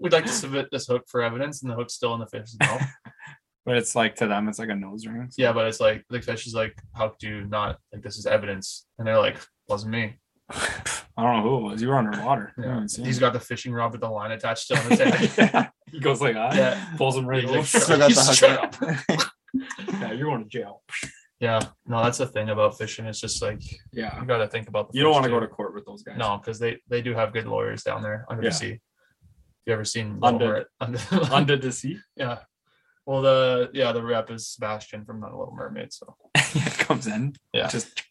Speaker 2: We'd like to submit this hook for evidence, and the hook's still in the fish's mouth.
Speaker 3: but it's like to them, it's like a nose ring. so-
Speaker 2: Yeah, but it's like the fish is like, how could you not like this is evidence? And they're like, wasn't me.
Speaker 3: I don't know who it was. You were underwater. You
Speaker 2: Yeah.
Speaker 3: haven't seen
Speaker 2: He's got the fishing rod with the line attached to
Speaker 3: it.
Speaker 2: his head.
Speaker 3: yeah. He goes like that.
Speaker 2: Yeah.
Speaker 3: Pulls him right
Speaker 2: He's like,
Speaker 3: over.
Speaker 4: Still got the
Speaker 2: Shut
Speaker 4: hook.
Speaker 2: up.
Speaker 3: yeah, you're going to jail.
Speaker 2: yeah, no, that's the thing about fishing. It's just like
Speaker 3: Yeah.
Speaker 2: you got to think about. The
Speaker 3: You don't
Speaker 2: fish,
Speaker 3: want to go
Speaker 2: too.
Speaker 3: to court with those guys.
Speaker 2: No, because they they do have good lawyers down there under
Speaker 3: Yeah.
Speaker 2: the sea. You ever seen
Speaker 3: Under-
Speaker 2: Little Mer- under,
Speaker 3: Under the sea.
Speaker 2: Yeah. Well, the yeah the rep is Sebastian from the Little Mermaid. So,
Speaker 3: comes in.
Speaker 2: Yeah.
Speaker 3: Just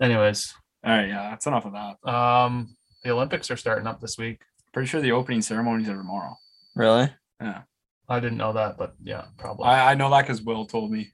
Speaker 2: anyways,
Speaker 3: all right. Yeah, that's enough of that.
Speaker 2: um, the Olympics are starting up this week.
Speaker 3: Pretty sure the opening ceremonies are tomorrow.
Speaker 4: Really?
Speaker 2: I didn't know that, but yeah, probably.
Speaker 3: I, I know that because Will told me.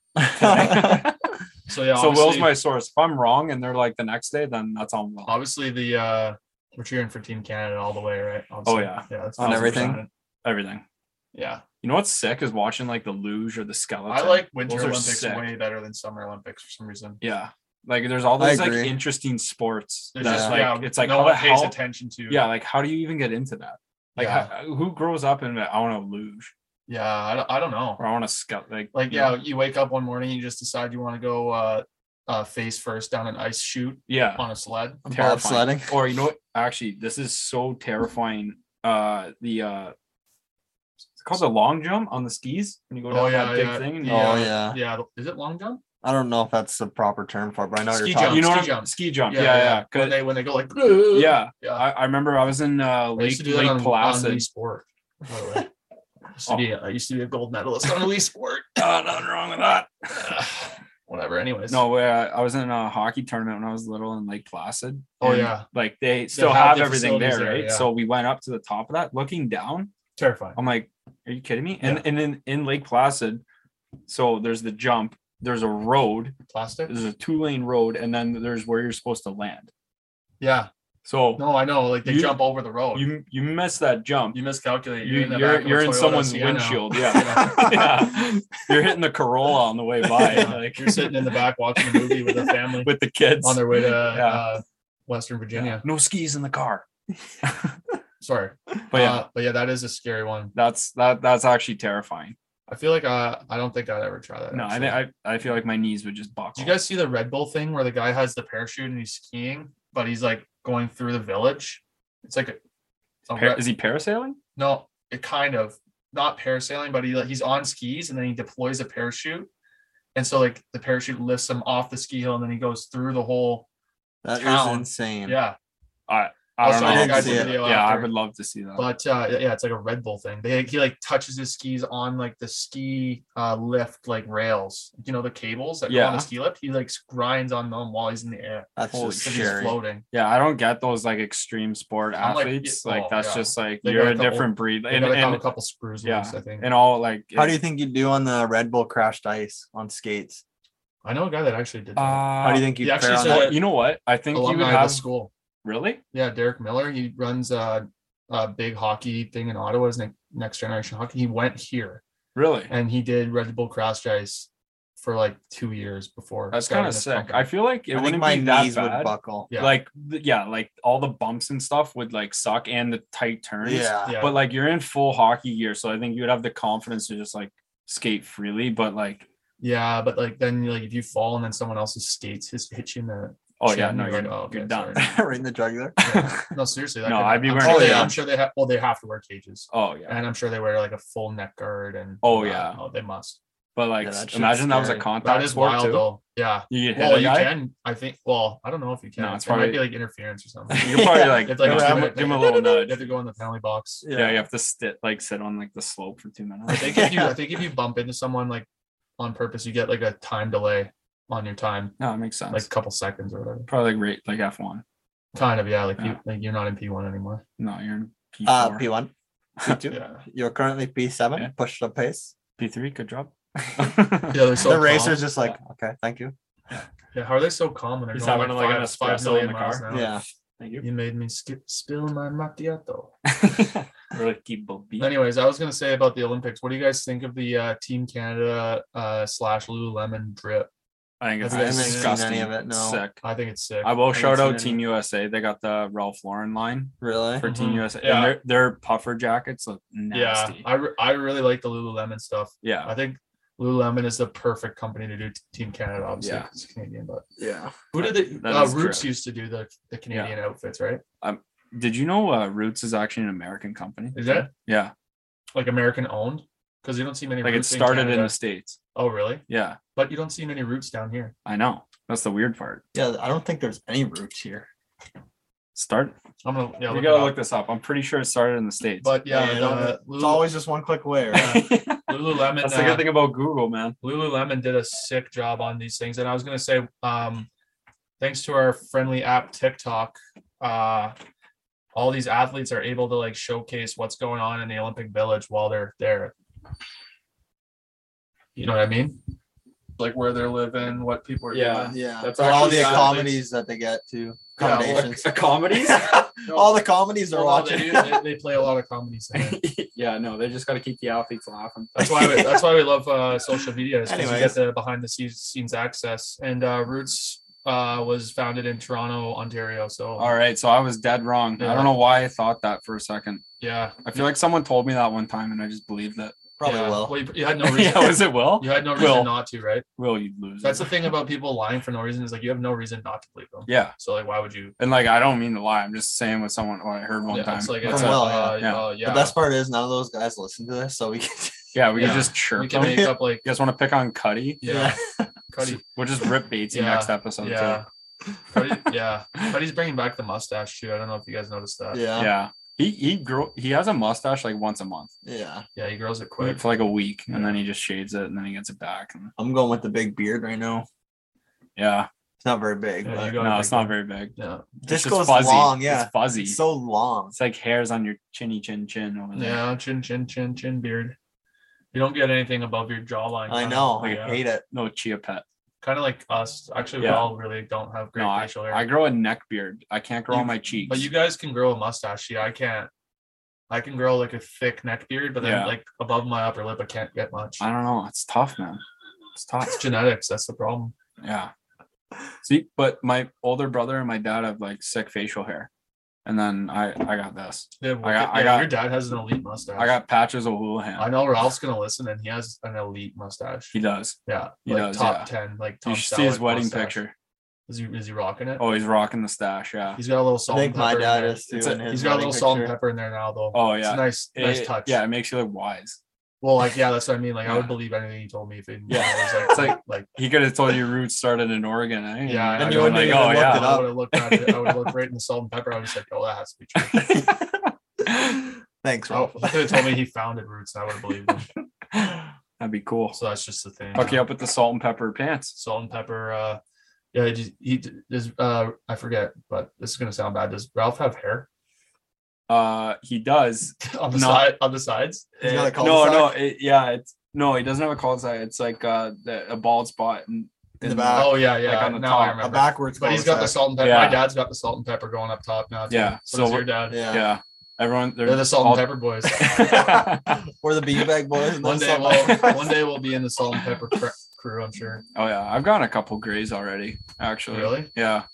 Speaker 2: so yeah,
Speaker 3: so Will's
Speaker 2: obviously-
Speaker 3: my source. If I'm wrong and they're like the next day, then that's on Will.
Speaker 2: obviously the uh we're cheering for Team Canada all the way, right? Obviously.
Speaker 3: Oh, yeah.
Speaker 2: yeah, that's
Speaker 3: On
Speaker 4: everything?
Speaker 2: 100%.
Speaker 3: Everything.
Speaker 2: Yeah,
Speaker 3: You know what's sick is watching like the luge or the skeleton.
Speaker 2: I like
Speaker 3: Those
Speaker 2: Winter
Speaker 3: are
Speaker 2: Olympics
Speaker 3: sick.
Speaker 2: way better than Summer Olympics for some reason.
Speaker 3: Yeah. Like there's all
Speaker 4: I
Speaker 3: these like
Speaker 4: agree.
Speaker 3: interesting sports.
Speaker 2: There's
Speaker 3: that's
Speaker 2: just
Speaker 3: like
Speaker 2: yeah,
Speaker 3: it's like
Speaker 2: no
Speaker 3: how
Speaker 2: one
Speaker 3: the
Speaker 2: pays
Speaker 3: hell-
Speaker 2: attention to.
Speaker 3: Yeah, like how do you even get into that? Like
Speaker 2: Yeah.
Speaker 3: how- who grows up and I want to luge
Speaker 2: yeah, I don't, I don't know.
Speaker 3: or I want to scout like
Speaker 2: Like
Speaker 3: you
Speaker 2: yeah.
Speaker 3: know?
Speaker 2: you wake up one morning, you just decide you want to go uh, uh face first down an ice chute
Speaker 3: yeah
Speaker 2: on a sled.
Speaker 3: terrifying.
Speaker 4: Bobsledding.
Speaker 3: Or you know what? Actually, this is so terrifying. Uh, the uh, it's called the long jump on the skis when you go
Speaker 2: Oh,
Speaker 3: down
Speaker 2: yeah,
Speaker 3: that big
Speaker 2: yeah.
Speaker 3: thing. And you,
Speaker 2: Yeah.
Speaker 4: Oh yeah.
Speaker 3: Uh-huh.
Speaker 2: Yeah, is it long jump?
Speaker 4: I don't know if that's the proper term for it, but I know what
Speaker 2: Ski
Speaker 4: you're
Speaker 2: jump.
Speaker 4: talking.
Speaker 3: you know
Speaker 2: ski
Speaker 3: what? I'm-
Speaker 2: jump.
Speaker 3: Ski jump. Yeah, yeah. 'Cause-
Speaker 2: When they when they go like
Speaker 3: Yeah,
Speaker 2: yeah.
Speaker 3: I, I remember I was in uh,
Speaker 2: I used to do
Speaker 3: Lake
Speaker 2: that
Speaker 3: Lake
Speaker 2: on, on Wii
Speaker 3: Placid.
Speaker 2: Sport. By the way, I used to be I used to be a gold medalist on Wii Sport.
Speaker 3: Ah, nothing wrong with that.
Speaker 2: Whatever. Anyways,
Speaker 3: No, uh, I was in a hockey tournament when I was little in Lake Placid.
Speaker 2: Oh,
Speaker 3: and,
Speaker 2: yeah.
Speaker 3: like they still
Speaker 2: have
Speaker 3: have,
Speaker 2: the
Speaker 3: everything
Speaker 2: facilities
Speaker 3: there,
Speaker 2: there,
Speaker 3: right?
Speaker 2: yeah.
Speaker 3: So we went up to the top of that, looking down.
Speaker 2: terrifying.
Speaker 3: I'm like, are you kidding me? And and in, in Lake Placid, so there's the jump, there's a road,
Speaker 2: Plastic.
Speaker 3: there's a two lane road, and then there's where you're supposed to land.
Speaker 2: Yeah.
Speaker 3: So
Speaker 2: No, I know. Like they
Speaker 3: You-
Speaker 2: jump over the road. You,
Speaker 3: you you miss that jump.
Speaker 2: miscalculate.
Speaker 3: You,
Speaker 2: in the
Speaker 3: are you're
Speaker 2: back of a
Speaker 3: you're in
Speaker 2: Toyota
Speaker 3: someone's
Speaker 2: Sienna.
Speaker 3: windshield, yeah. yeah. You're hitting the Corolla on the way by,
Speaker 2: Yeah.
Speaker 3: like
Speaker 2: You're sitting in the back watching a movie with a family
Speaker 3: with the kids
Speaker 2: on their way to
Speaker 3: Yeah.
Speaker 2: uh, Western Virginia.
Speaker 3: Yeah. No skis in the car.
Speaker 2: Sorry,
Speaker 3: But yeah,
Speaker 2: Uh, but yeah, that is a scary one.
Speaker 3: that's that that's actually terrifying.
Speaker 2: I feel like uh, I don't think I'd ever try that.
Speaker 3: No, I,
Speaker 2: actually.
Speaker 3: think I I feel like my knees would just buckle.
Speaker 2: Did you guys see the Red Bull thing where the guy has the parachute and he's skiing, but he's like going through the village? It's like a, a
Speaker 3: Par-
Speaker 2: Red-
Speaker 3: is he parasailing?
Speaker 2: no, it kind of not parasailing, but he like, he's on skis and then he deploys a parachute, and so like the parachute lifts him off the ski hill and then he goes through the whole
Speaker 4: That is
Speaker 2: Town.
Speaker 4: insane.
Speaker 2: yeah.
Speaker 3: I don't
Speaker 2: I'll show
Speaker 4: know.
Speaker 2: you guys the
Speaker 4: Yeah.
Speaker 3: know.
Speaker 2: video
Speaker 3: Yeah, I
Speaker 2: after.
Speaker 3: would love to see that.
Speaker 2: But uh, yeah, it's like a Red Bull thing. They, he like touches his skis on like the ski uh, lift like rails, you know the cables that go on
Speaker 3: Yeah.
Speaker 2: the ski lift. He like grinds on them while he's in the air.
Speaker 4: That's
Speaker 3: Holy
Speaker 4: just
Speaker 2: So he's
Speaker 4: scary.
Speaker 2: floating.
Speaker 3: Yeah, I don't get those like extreme sport
Speaker 2: I'm like,
Speaker 3: athletes.
Speaker 2: yeah,
Speaker 3: Like,
Speaker 2: oh,
Speaker 3: that's
Speaker 2: yeah.
Speaker 3: just like
Speaker 2: They got
Speaker 3: you're
Speaker 2: a
Speaker 3: a
Speaker 2: couple-
Speaker 3: different breed.
Speaker 2: They
Speaker 3: And,
Speaker 2: gotta have a
Speaker 3: and,
Speaker 2: couple screws
Speaker 3: yeah,
Speaker 2: loose, I think.
Speaker 3: and all like
Speaker 4: How do you
Speaker 3: it's-
Speaker 4: think you'd do on the Red Bull crashed ice on skates?
Speaker 2: I know a guy that actually did that.
Speaker 3: uh,
Speaker 4: How do you think
Speaker 2: he
Speaker 4: you'd
Speaker 2: actually
Speaker 4: fare on
Speaker 2: said
Speaker 4: that?
Speaker 3: well, you know what? I think you would
Speaker 2: alumni of
Speaker 3: have
Speaker 2: the school.
Speaker 3: really
Speaker 2: Yeah, Derek Miller. He runs a, a big hockey thing in Ottawa. His name, Next Generation Hockey. He went here
Speaker 3: really.
Speaker 2: and he did Red Bull Cross Ice for like two years before.
Speaker 3: That's
Speaker 2: starting
Speaker 3: kind of
Speaker 2: this
Speaker 3: sick.
Speaker 2: company.
Speaker 3: I feel like it
Speaker 4: I think
Speaker 3: wouldn't
Speaker 4: my
Speaker 3: be that
Speaker 4: knees would
Speaker 3: bad.
Speaker 4: buckle.
Speaker 2: Yeah.
Speaker 3: Like th- yeah, like all the bumps and stuff would like suck and the tight turns.
Speaker 4: Yeah.
Speaker 2: yeah.
Speaker 3: But like you're in full hockey gear, so I think you would have the confidence to just like skate freely. But like
Speaker 2: yeah, but like then like if you fall and then someone else's skates just hit you in the
Speaker 3: oh
Speaker 2: Shit,
Speaker 3: yeah,
Speaker 2: I'm
Speaker 3: no,
Speaker 2: right.
Speaker 3: you're,
Speaker 2: Oh, okay,
Speaker 3: you're done.
Speaker 2: sorry.
Speaker 4: right in the jugular.
Speaker 2: yeah. no seriously that
Speaker 3: No,
Speaker 2: could-
Speaker 3: I'd be
Speaker 2: I'm
Speaker 3: wearing
Speaker 2: sure
Speaker 4: a
Speaker 2: they,
Speaker 4: cap.
Speaker 2: I'm sure they have well they have to wear cages
Speaker 3: Oh yeah.
Speaker 2: and I'm sure they wear like a full neck guard and
Speaker 3: Oh,
Speaker 2: uh,
Speaker 3: yeah.
Speaker 2: oh they must
Speaker 3: But like
Speaker 4: Yeah, that shit's
Speaker 3: imagine that was a
Speaker 4: scary.
Speaker 3: contact
Speaker 2: that is
Speaker 3: sport
Speaker 2: wild
Speaker 3: too.
Speaker 2: though yeah
Speaker 3: You get hit
Speaker 2: Well,
Speaker 3: a
Speaker 2: you
Speaker 3: guy?
Speaker 2: can. I think. Well, I don't know if you can.
Speaker 3: No, it's
Speaker 2: it might
Speaker 3: probably-
Speaker 2: be like interference or something.
Speaker 3: You could probably like,
Speaker 2: It's like
Speaker 3: you know,
Speaker 2: a
Speaker 3: give,
Speaker 2: rabbit
Speaker 3: him- give him a
Speaker 2: thing.
Speaker 3: little
Speaker 2: You have
Speaker 3: nudge.
Speaker 2: to go in the penalty box.
Speaker 3: Yeah. you have to sit like sit on like the slope for two minutes.
Speaker 2: I think if you, I think if you bump into someone like on purpose, you get like a time delay. on your time,
Speaker 3: No, it makes sense.
Speaker 2: like a couple seconds or whatever.
Speaker 3: probably like rate like F one.
Speaker 2: Kind of, yeah. Like,
Speaker 3: Yeah.
Speaker 2: You, like you're not in P1 anymore.
Speaker 3: No, you're in P
Speaker 4: Uh,
Speaker 3: four.
Speaker 4: P1, P2.
Speaker 2: Yeah.
Speaker 4: You're currently P7,
Speaker 3: Yeah.
Speaker 4: push the pace.
Speaker 3: P three. Good job.
Speaker 2: Yeah, they're so
Speaker 4: the
Speaker 2: calm.
Speaker 4: racer's just like, okay, thank you.
Speaker 2: Yeah, how are they so calm when they're
Speaker 3: He's
Speaker 2: going
Speaker 3: having,
Speaker 2: like,
Speaker 3: like, an
Speaker 2: five, five
Speaker 3: espresso
Speaker 2: million
Speaker 3: in the
Speaker 2: miles
Speaker 3: car.
Speaker 2: an hour?
Speaker 4: Yeah.
Speaker 3: Thank you.
Speaker 2: You made me skip spill my macchiato.
Speaker 3: really keep both beat.
Speaker 2: Anyways, I was gonna say about the Olympics. What do you guys think of the uh, Team Canada uh, slash Lululemon drip?
Speaker 3: I think it's
Speaker 2: I haven't seen any
Speaker 3: disgusting.
Speaker 4: of it, no.
Speaker 3: Sick.
Speaker 2: I think it's sick.
Speaker 3: I will
Speaker 4: haven't
Speaker 3: shout
Speaker 4: seen
Speaker 3: out
Speaker 4: any.
Speaker 3: Team USA. They got the Ralph Lauren line
Speaker 4: Really?
Speaker 3: for Team
Speaker 2: Mhm.
Speaker 3: USA.
Speaker 2: Yeah.
Speaker 3: And their their puffer jackets look
Speaker 2: yeah,
Speaker 3: nasty. Yeah.
Speaker 2: I, re- I really like the Lululemon stuff.
Speaker 3: yeah.
Speaker 2: I think Lululemon is the perfect company to do t- Team Canada. Obviously,
Speaker 3: Yeah.
Speaker 2: 'cause it's Canadian, but
Speaker 3: Yeah.
Speaker 2: who did the
Speaker 3: That
Speaker 2: uh,
Speaker 3: is drip.
Speaker 2: Roots used to do the, the Canadian outfits, right?
Speaker 3: Did you know uh, Roots is actually an American company?
Speaker 2: Is that
Speaker 3: Yeah.
Speaker 2: like American owned? Because you don't see many.
Speaker 3: Like it
Speaker 2: Roots in
Speaker 3: started in
Speaker 2: Canada.
Speaker 3: the States.
Speaker 2: oh, really?
Speaker 3: Yeah.
Speaker 2: But you don't see many Roots down here.
Speaker 3: I know. That's the weird part.
Speaker 4: Yeah, I don't think there's any roots here.
Speaker 3: Start.
Speaker 2: I'm gonna yeah.
Speaker 3: you
Speaker 2: Look it
Speaker 3: gotta
Speaker 2: up.
Speaker 3: look this up. I'm pretty sure it started in the States.
Speaker 2: But yeah,
Speaker 4: I
Speaker 2: the
Speaker 4: don't- it's
Speaker 2: Lulu-
Speaker 4: always just one click away. Right?
Speaker 3: that's
Speaker 2: Lululemon.
Speaker 3: the
Speaker 2: uh,
Speaker 3: good thing about Google, man.
Speaker 2: Lululemon did a sick job on these things, and I was gonna say, um, thanks to our friendly app TikTok, uh, all these athletes are able to like showcase what's going on in the Olympic Village while they're there. You know what I mean? Like where they're living, what people are
Speaker 3: Yeah.
Speaker 2: doing.
Speaker 4: yeah,
Speaker 3: That's
Speaker 4: and all
Speaker 3: actually
Speaker 4: the
Speaker 3: sad.
Speaker 4: accommodations that they get to
Speaker 3: Yeah,
Speaker 4: accommodations.
Speaker 3: a comedy?
Speaker 4: all the comedies are
Speaker 2: Well, no, they,
Speaker 4: watching.
Speaker 2: do, they, they play a lot of comedy. Center.
Speaker 3: yeah, no, they just got to keep the athletes laughing.
Speaker 2: That's why we, that's why we love uh, social media is because you get
Speaker 4: Anyways.
Speaker 2: the behind the scenes, scenes access. And uh, Roots uh, was founded in Toronto, Ontario. So
Speaker 3: All right, so I was dead wrong. I
Speaker 2: Yeah.
Speaker 3: don't know why I thought that for a second.
Speaker 2: yeah,
Speaker 3: I feel like someone told me that one time, and I just believed it.
Speaker 4: Probably
Speaker 2: yeah.
Speaker 4: will.
Speaker 2: Well, you, you had no reason.
Speaker 3: yeah, was it Will?
Speaker 2: You had no reason
Speaker 3: Will.
Speaker 2: not to, right?
Speaker 3: Will you lose?
Speaker 2: That's the
Speaker 3: it.
Speaker 2: thing about people lying for no reason is like you have no reason not to believe them.
Speaker 3: yeah,
Speaker 2: So like, why would you?
Speaker 3: and like I don't mean to lie. I'm just saying what someone what I heard one
Speaker 2: yeah,
Speaker 3: time.
Speaker 2: It's like
Speaker 3: That's
Speaker 2: it's,
Speaker 4: From
Speaker 3: it.
Speaker 4: Will,
Speaker 2: uh,
Speaker 3: yeah.
Speaker 2: uh, yeah.
Speaker 4: The best part is none of those guys listen to this, so we can.
Speaker 3: yeah, we
Speaker 2: Yeah.
Speaker 3: can just chirp
Speaker 2: you can
Speaker 3: them.
Speaker 2: make up like
Speaker 3: You guys want to pick on Cuddy?
Speaker 2: yeah, Cuddy,
Speaker 3: We'll just rip Batesy
Speaker 2: Yeah.
Speaker 3: next episode.
Speaker 2: yeah,
Speaker 3: too.
Speaker 2: Cuddy, yeah. Cuddy's bringing back the mustache too. I don't know if you guys noticed that.
Speaker 4: yeah, yeah,
Speaker 3: yeah. He he grow he has a mustache like once a month
Speaker 2: yeah, he grows it quick.
Speaker 3: for like a week, and then he just shades it, and then he gets it back. And
Speaker 4: I'm going with the big beard right now.
Speaker 3: yeah,
Speaker 4: It's not very big.
Speaker 2: Yeah,
Speaker 4: but
Speaker 2: you got
Speaker 3: no,
Speaker 2: a
Speaker 3: it's
Speaker 2: big
Speaker 3: not
Speaker 2: one.
Speaker 3: very big.
Speaker 2: Yeah,
Speaker 4: it
Speaker 3: It's
Speaker 4: just
Speaker 3: just
Speaker 4: goes
Speaker 3: fuzzy.
Speaker 4: long. Yeah,
Speaker 3: it's fuzzy.
Speaker 4: it's so long.
Speaker 3: It's like hairs on your chinny chin chin over there.
Speaker 2: yeah, chin, chin, chin, chin beard. You don't get anything above your jawline.
Speaker 4: I
Speaker 2: kinda.
Speaker 4: know.
Speaker 2: uh, Yeah.
Speaker 4: I hate it.
Speaker 3: No chia pet.
Speaker 2: Kind of like us. Actually, we
Speaker 3: Yeah.
Speaker 2: all really don't have great
Speaker 3: No, I,
Speaker 2: facial hair.
Speaker 3: I grow a neck beard. I can't grow
Speaker 2: You-
Speaker 3: on my cheeks.
Speaker 2: But you guys can grow a mustache. Yeah, I can't. I can grow like a thick neck beard, but then
Speaker 3: Yeah.
Speaker 2: like above my upper lip, I can't get much.
Speaker 3: I don't know. It's tough, man.
Speaker 2: It's
Speaker 3: It's tough.
Speaker 2: genetics. That's the problem.
Speaker 3: yeah. See, but my older brother and my dad have like sick facial hair, and then I I got this.
Speaker 2: Yeah, well,
Speaker 3: got- I
Speaker 2: yeah,
Speaker 3: got-
Speaker 2: your dad has an elite mustache.
Speaker 3: I got patches of Houlihan.
Speaker 2: I know Ralph's gonna listen, and he has an elite mustache.
Speaker 3: He does.
Speaker 2: yeah,
Speaker 3: he
Speaker 2: like
Speaker 3: does,
Speaker 2: top
Speaker 3: yeah.
Speaker 2: ten. Like Tom
Speaker 3: You should see his
Speaker 2: Selleck
Speaker 3: wedding
Speaker 2: mustache.
Speaker 3: picture.
Speaker 2: Is he is he rocking it?
Speaker 3: Oh, he's rocking the stash. Yeah.
Speaker 2: he's got a little
Speaker 4: I
Speaker 2: salt.
Speaker 4: think
Speaker 2: and pepper
Speaker 4: my
Speaker 2: in
Speaker 4: dad
Speaker 2: there.
Speaker 4: is too.
Speaker 3: It's a-
Speaker 4: in his
Speaker 2: He's got a
Speaker 4: wedding
Speaker 2: little salt and
Speaker 4: picture.
Speaker 2: pepper in there now, though.
Speaker 3: Oh
Speaker 2: It's a
Speaker 3: yeah.
Speaker 2: nice, nice
Speaker 3: It-
Speaker 2: touch.
Speaker 3: Yeah, it makes you look wise.
Speaker 2: Well, like yeah, that's what I mean. Like I would
Speaker 3: Yeah.
Speaker 2: believe anything he told me if it,
Speaker 3: Yeah.
Speaker 2: it was
Speaker 3: It's
Speaker 2: like
Speaker 3: like-
Speaker 2: like
Speaker 3: He could have told you roots started in Oregon. Eh?
Speaker 2: Yeah, I
Speaker 3: And
Speaker 4: know.
Speaker 3: you wouldn't like,
Speaker 4: even
Speaker 3: oh
Speaker 4: looked
Speaker 3: yeah.
Speaker 4: it up.
Speaker 2: I would have looked at it. I would have looked right in the salt and pepper. I was like, oh, that has to be true.
Speaker 4: Thanks,
Speaker 2: Oh,
Speaker 4: Ralph.
Speaker 2: he could have told me he founded Roots, and I would have believed him.
Speaker 3: That'd be cool.
Speaker 2: So that's just the thing.
Speaker 3: Hook you up with the salt and pepper pants.
Speaker 2: Salt and pepper. Uh, yeah, he, he does. Uh, I forget, but this is gonna sound bad. Does Ralph have hair
Speaker 3: Uh, he does.
Speaker 2: on the
Speaker 3: No.
Speaker 2: side on the sides?
Speaker 4: He's got a
Speaker 2: Eh,
Speaker 4: cul-
Speaker 3: No,
Speaker 4: Cul-de-sac?
Speaker 3: no, it, yeah, it's no, he doesn't have a cul de It's like uh, the, a bald spot in,
Speaker 4: In the back.
Speaker 2: oh yeah, yeah.
Speaker 3: Eh, Like on the
Speaker 2: now
Speaker 3: top,
Speaker 2: I
Speaker 4: A
Speaker 2: remember.
Speaker 4: backwards.
Speaker 2: but he's got the
Speaker 4: cul-de-sac.
Speaker 2: salt and pepper. My
Speaker 3: Yeah.
Speaker 2: dad's got the salt and pepper going up top now. Too.
Speaker 3: Yeah,
Speaker 2: So, does
Speaker 3: so-
Speaker 2: your dad.
Speaker 4: Yeah.
Speaker 3: Yeah, everyone.
Speaker 2: They're the salt and pepper boys.
Speaker 3: pepper.
Speaker 4: We're the beanbag boys. and
Speaker 2: one
Speaker 4: then
Speaker 2: day,
Speaker 4: some-
Speaker 2: we'll, one day we'll be in the salt and pepper cr- crew. I'm sure.
Speaker 3: oh yeah, I've gotten a couple grays already. Actually,
Speaker 2: Really?
Speaker 3: Yeah,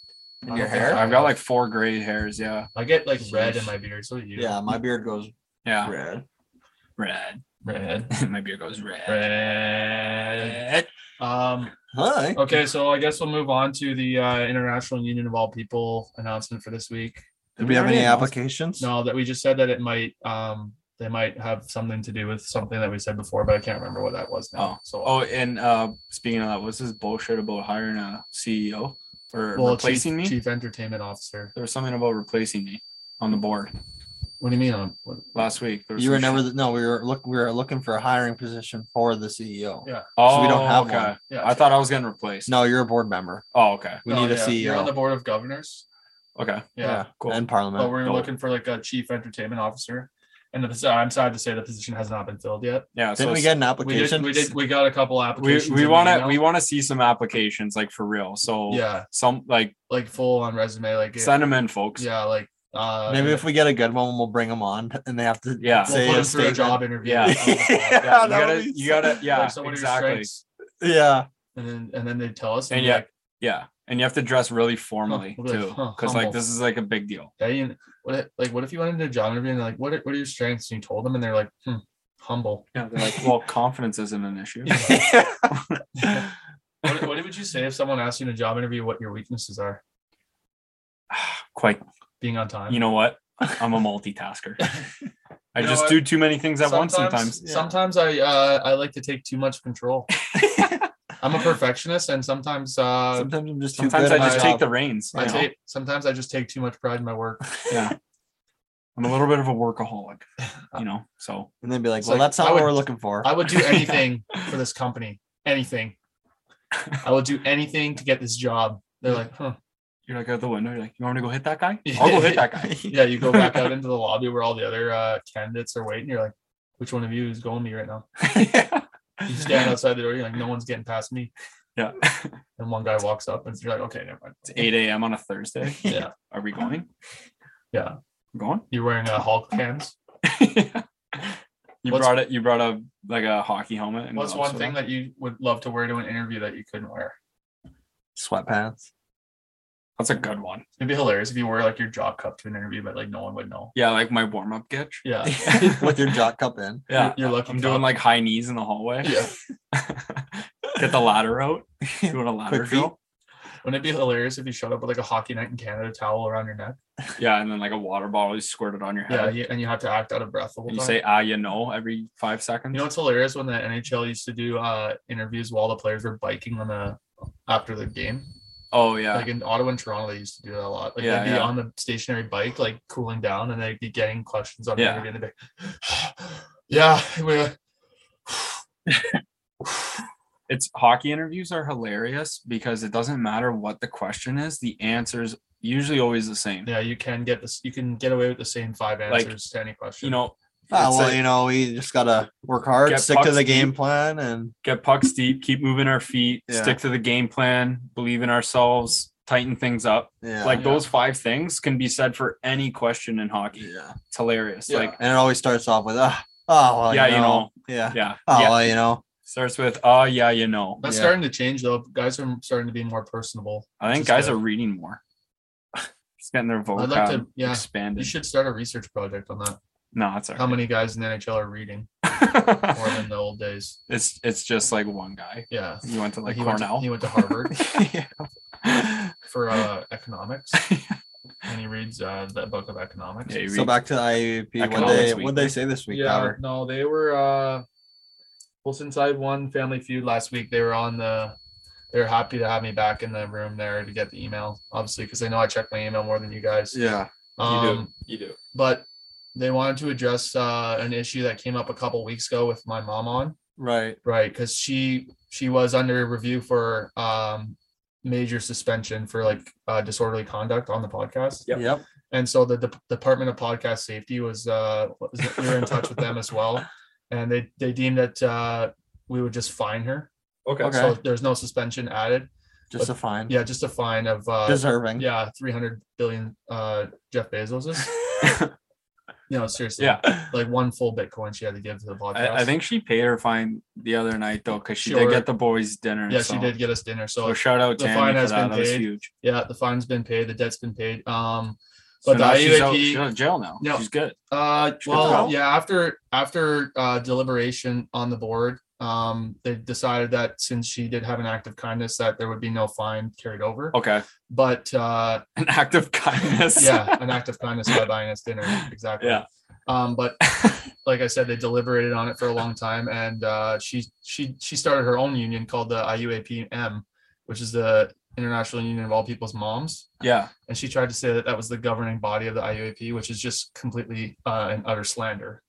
Speaker 4: In your
Speaker 2: I don't think
Speaker 4: hair?
Speaker 2: I
Speaker 3: I've got like four gray hairs. Yeah,
Speaker 2: I get like red in
Speaker 4: Jeez.
Speaker 2: my beard. So do you.
Speaker 4: Yeah, my beard goes
Speaker 3: yeah,
Speaker 4: red.
Speaker 3: red.
Speaker 2: Red.
Speaker 3: My beard goes red.
Speaker 2: Red. Um,
Speaker 4: Hi.
Speaker 2: okay, so I guess we'll move on to the uh, International Union of All People announcement for this week.
Speaker 4: Did we have any
Speaker 3: announce-
Speaker 4: applications?
Speaker 2: No, that we just said that it might um they might have something to do with something that we said before, but I can't remember what that was now. So
Speaker 3: Oh, and uh, speaking of that, what's this bullshit about hiring a CEO or
Speaker 2: well,
Speaker 3: replacing
Speaker 2: chief,
Speaker 3: me?
Speaker 2: chief entertainment officer.
Speaker 3: There was something about replacing me on the board.
Speaker 2: What do you mean? On what,
Speaker 3: last week. There was
Speaker 4: You were
Speaker 3: some
Speaker 4: never
Speaker 3: shit-
Speaker 4: the, no. We were look. We were looking for a hiring position for the CEO.
Speaker 2: Yeah.
Speaker 3: Oh,
Speaker 4: so we don't have
Speaker 3: okay.
Speaker 4: one.
Speaker 2: yeah,
Speaker 3: I thought I was getting replaced.
Speaker 4: No, you're a board member.
Speaker 3: Oh, okay.
Speaker 4: We
Speaker 2: No,
Speaker 4: need a
Speaker 2: yeah,
Speaker 4: CEO.
Speaker 2: You're on the board of governors.
Speaker 3: Okay.
Speaker 2: Yeah.
Speaker 3: cool.
Speaker 4: And
Speaker 2: But
Speaker 4: Parliament.
Speaker 2: we're
Speaker 3: Cool.
Speaker 2: looking for like a chief entertainment officer, and the posi- I'm sorry to say the position has not been filled yet.
Speaker 3: Yeah.
Speaker 4: Didn't
Speaker 3: so
Speaker 4: we get an
Speaker 2: We did.
Speaker 4: application?
Speaker 2: We did. We got a couple
Speaker 3: we,
Speaker 2: applications. in
Speaker 3: we
Speaker 2: the
Speaker 3: want to
Speaker 2: email.
Speaker 3: we want to see some applications like for real. So
Speaker 2: Yeah,
Speaker 3: some like
Speaker 2: like full on resume. Like it-
Speaker 3: send them in, folks.
Speaker 2: Yeah, like uh,
Speaker 4: Maybe if we get a good one, we'll bring them on, and they have to
Speaker 3: Yeah.
Speaker 2: we'll
Speaker 4: say
Speaker 2: put him
Speaker 4: a
Speaker 2: through a
Speaker 4: statement.
Speaker 2: job interview.
Speaker 3: Yeah.
Speaker 2: on the spot.
Speaker 4: Yeah.
Speaker 3: Yeah, you
Speaker 4: that would
Speaker 3: gotta,
Speaker 4: be
Speaker 3: you
Speaker 4: so-
Speaker 3: gotta, yeah,
Speaker 2: Like, so what are your
Speaker 3: exactly.
Speaker 2: strengths?
Speaker 4: Yeah.
Speaker 2: And then and then they tell us.
Speaker 3: And
Speaker 2: be
Speaker 3: yeah,
Speaker 2: like,
Speaker 3: Yeah, and you have to dress really formally
Speaker 2: we'll be like,
Speaker 3: too,
Speaker 2: huh,
Speaker 3: because
Speaker 2: humble.
Speaker 3: like this is like a big deal.
Speaker 2: "Hey, you- what if, like what if you went into a job interview and they're like what are, what are your strengths? And you told them, and they're like, hmm, humble.
Speaker 3: Yeah, they're like, well, confidence isn't an issue.
Speaker 2: What, what would you say if someone asked you in a job interview what your weaknesses are?
Speaker 3: Quite,
Speaker 2: Being on time.
Speaker 3: you know what? I'm a multitasker. I
Speaker 2: You know
Speaker 3: just
Speaker 2: what?
Speaker 3: do too many things at once sometimes.
Speaker 4: Yeah.
Speaker 2: Sometimes I uh, I like to take too much control. I'm a perfectionist, and sometimes uh,
Speaker 4: Sometimes I'm just too
Speaker 3: Sometimes I
Speaker 4: good at
Speaker 3: just
Speaker 4: my
Speaker 3: take
Speaker 4: job.
Speaker 3: the reins.
Speaker 2: I
Speaker 3: you know?
Speaker 2: take sometimes I just take too much pride in my work.
Speaker 3: Yeah, I'm a little bit of a workaholic, you know. So
Speaker 4: and they'd be like,
Speaker 2: It's
Speaker 4: "Well,
Speaker 2: like,
Speaker 4: that's not
Speaker 2: I
Speaker 4: what
Speaker 2: would-
Speaker 4: we're looking for."
Speaker 2: I would do anything for this company. Anything. I will do anything to get this job. They're like, huh.
Speaker 3: you're like out the window. You're like, you want me to go hit that guy? I'll go hit that guy.
Speaker 2: Yeah, you go back out into the lobby where all the other uh, candidates are waiting. You're like, which one of you is going me right now? You stand outside the door. You're like, no one's getting past me.
Speaker 3: Yeah,
Speaker 2: And one guy walks up, and you're like, okay, never mind.
Speaker 3: it's 8 a.m. on a Thursday.
Speaker 2: Yeah,
Speaker 3: Are we going?
Speaker 2: Yeah.
Speaker 3: We're going.
Speaker 2: you're wearing a Hulk hands.
Speaker 3: you
Speaker 2: What's-
Speaker 3: brought it. You brought a like a hockey helmet. And
Speaker 2: What's
Speaker 3: gloves
Speaker 2: one
Speaker 3: with
Speaker 2: thing
Speaker 3: it.
Speaker 2: that you would love to wear to an interview that you couldn't wear?
Speaker 4: Sweatpants.
Speaker 3: That's a good one.
Speaker 2: It'd be hilarious if you wore like your job cup to an interview, but like no one would know.
Speaker 3: Yeah, like my warm up get.
Speaker 2: Yeah,
Speaker 4: With your jock cup in.
Speaker 3: Yeah,
Speaker 2: you're lucky.
Speaker 3: I'm doing like high knees in the hallway.
Speaker 2: yeah.
Speaker 3: Get the ladder out. Doing a ladder
Speaker 4: Quick feet.
Speaker 3: drill.
Speaker 2: Wouldn't it be hilarious if you showed up with like a hockey night in Canada towel around your neck?
Speaker 3: Yeah, and then like a water bottle, you squirt it on your
Speaker 2: Yeah,
Speaker 3: head.
Speaker 2: you, and you have to act out of breath the whole
Speaker 3: and you
Speaker 2: time.
Speaker 3: say ah, you know, every five seconds.
Speaker 2: you know what's hilarious when the NHL used to do uh, interviews while the players were biking on the after the game.
Speaker 3: oh yeah,
Speaker 2: Like in Ottawa and Toronto, they used to do that a lot. Like
Speaker 3: Yeah,
Speaker 2: they'd be
Speaker 3: yeah.
Speaker 2: on the stationary bike, like cooling down, and they'd be getting questions on
Speaker 3: Yeah.
Speaker 2: the interview. And they'd be, yeah, we
Speaker 3: it's hockey interviews are hilarious because it doesn't matter what the question is, the answer's usually always the same.
Speaker 2: yeah, you can get this. You can get away with the same five
Speaker 3: Like,
Speaker 2: answers to any question.
Speaker 3: You know,
Speaker 4: Ah,
Speaker 3: it's
Speaker 4: well,
Speaker 3: like-
Speaker 4: you know, we just gotta work hard,
Speaker 3: Get
Speaker 4: stick to
Speaker 3: pucks
Speaker 4: the game
Speaker 3: deep.
Speaker 4: plan, and
Speaker 3: get pucks deep, keep moving our feet,
Speaker 4: Yeah.
Speaker 3: stick to the game plan, believe in ourselves, tighten things up.
Speaker 4: yeah,
Speaker 3: Like
Speaker 2: Yeah.
Speaker 3: those five things can be said for any question in hockey.
Speaker 4: yeah.
Speaker 3: It's hilarious.
Speaker 2: Yeah.
Speaker 3: Like,
Speaker 4: And it always starts off with, "Ah, oh, well,
Speaker 3: yeah,
Speaker 4: you know, yeah,
Speaker 3: yeah,
Speaker 4: oh,
Speaker 3: yeah.
Speaker 4: well, you know."
Speaker 3: Starts with, oh, yeah, you know.
Speaker 2: that's
Speaker 4: yeah.
Speaker 2: starting to change though. Guys are starting to be more personable.
Speaker 3: I
Speaker 2: which
Speaker 3: think
Speaker 2: is
Speaker 3: guys
Speaker 2: good.
Speaker 3: are reading more. Just getting their vocab
Speaker 2: I'd like to- yeah. You
Speaker 3: expanded.
Speaker 2: should start a research project on that.
Speaker 3: no, it's all
Speaker 2: How
Speaker 3: right.
Speaker 2: many guys in the NHL are reading more than the old days?
Speaker 3: it's it's just like one guy.
Speaker 2: Yeah.
Speaker 3: You went to like
Speaker 2: he Went
Speaker 3: Cornell.
Speaker 2: to, he went to Harvard
Speaker 3: yeah.
Speaker 2: for uh, economics, and he reads uh, that book of economics.
Speaker 3: Yeah, you
Speaker 4: So
Speaker 3: read-
Speaker 4: back to the IUP. What
Speaker 3: Economics
Speaker 4: they what
Speaker 3: Weekly.
Speaker 4: they say this week, Tyler?
Speaker 2: no, they were. Uh, well, since I won Family Feud last week, they were on the. They're happy to have me back in the room there to get the email, obviously, because they know I check my email more than you guys.
Speaker 4: Yeah.
Speaker 2: Um,
Speaker 3: you do.
Speaker 2: But they wanted to address uh, an issue that came up a couple weeks ago with my mom on.
Speaker 4: Right.
Speaker 2: right because she she was under review for um major suspension for like uh disorderly conduct on the podcast
Speaker 3: Yep.
Speaker 4: Yep.
Speaker 2: and so the Dep- department of podcast safety was uh what was it? we were in touch with them as well and they they deemed that uh we would just fine her
Speaker 3: Okay.
Speaker 4: Okay.
Speaker 2: so there's no suspension added
Speaker 4: Just a fine.
Speaker 2: yeah just a fine of uh
Speaker 4: Deserving.
Speaker 2: yeah 300 billion uh jeff bezos's you know seriously
Speaker 3: yeah.
Speaker 2: like one full bitcoin she had to give to the podcast
Speaker 3: I, I think she paid her fine the other night though, because she
Speaker 2: Sure.
Speaker 3: did get the boys dinner.
Speaker 2: yeah
Speaker 3: so.
Speaker 2: she did get us dinner so
Speaker 3: So shout out
Speaker 2: the
Speaker 3: to
Speaker 2: fine
Speaker 3: Tammy for
Speaker 2: has
Speaker 3: that.
Speaker 2: been
Speaker 3: That was
Speaker 2: paid.
Speaker 3: huge.
Speaker 2: yeah the fine's been paid the debt's been paid um
Speaker 3: So
Speaker 2: But the
Speaker 3: now she's out,
Speaker 2: IUIP
Speaker 3: she's out of jail now.
Speaker 2: No.
Speaker 3: She's good.
Speaker 2: Uh,
Speaker 3: Should
Speaker 2: well,
Speaker 4: go.
Speaker 2: yeah. After after uh, deliberation on the board, um, they decided that since she did have an act of kindness, that there would be no fine carried over.
Speaker 3: Okay.
Speaker 2: But uh,
Speaker 3: An act of kindness.
Speaker 2: yeah, an act of kindness by buying us dinner, exactly.
Speaker 3: Yeah.
Speaker 2: Um, but like I said, they deliberated on it for a long time, and uh, she she she started her own union called the IUAPM, which is the International Union of All People's Moms,
Speaker 3: Yeah.
Speaker 2: and she tried to say that that was the governing body of the IUAP, which is just completely uh, and utter slander.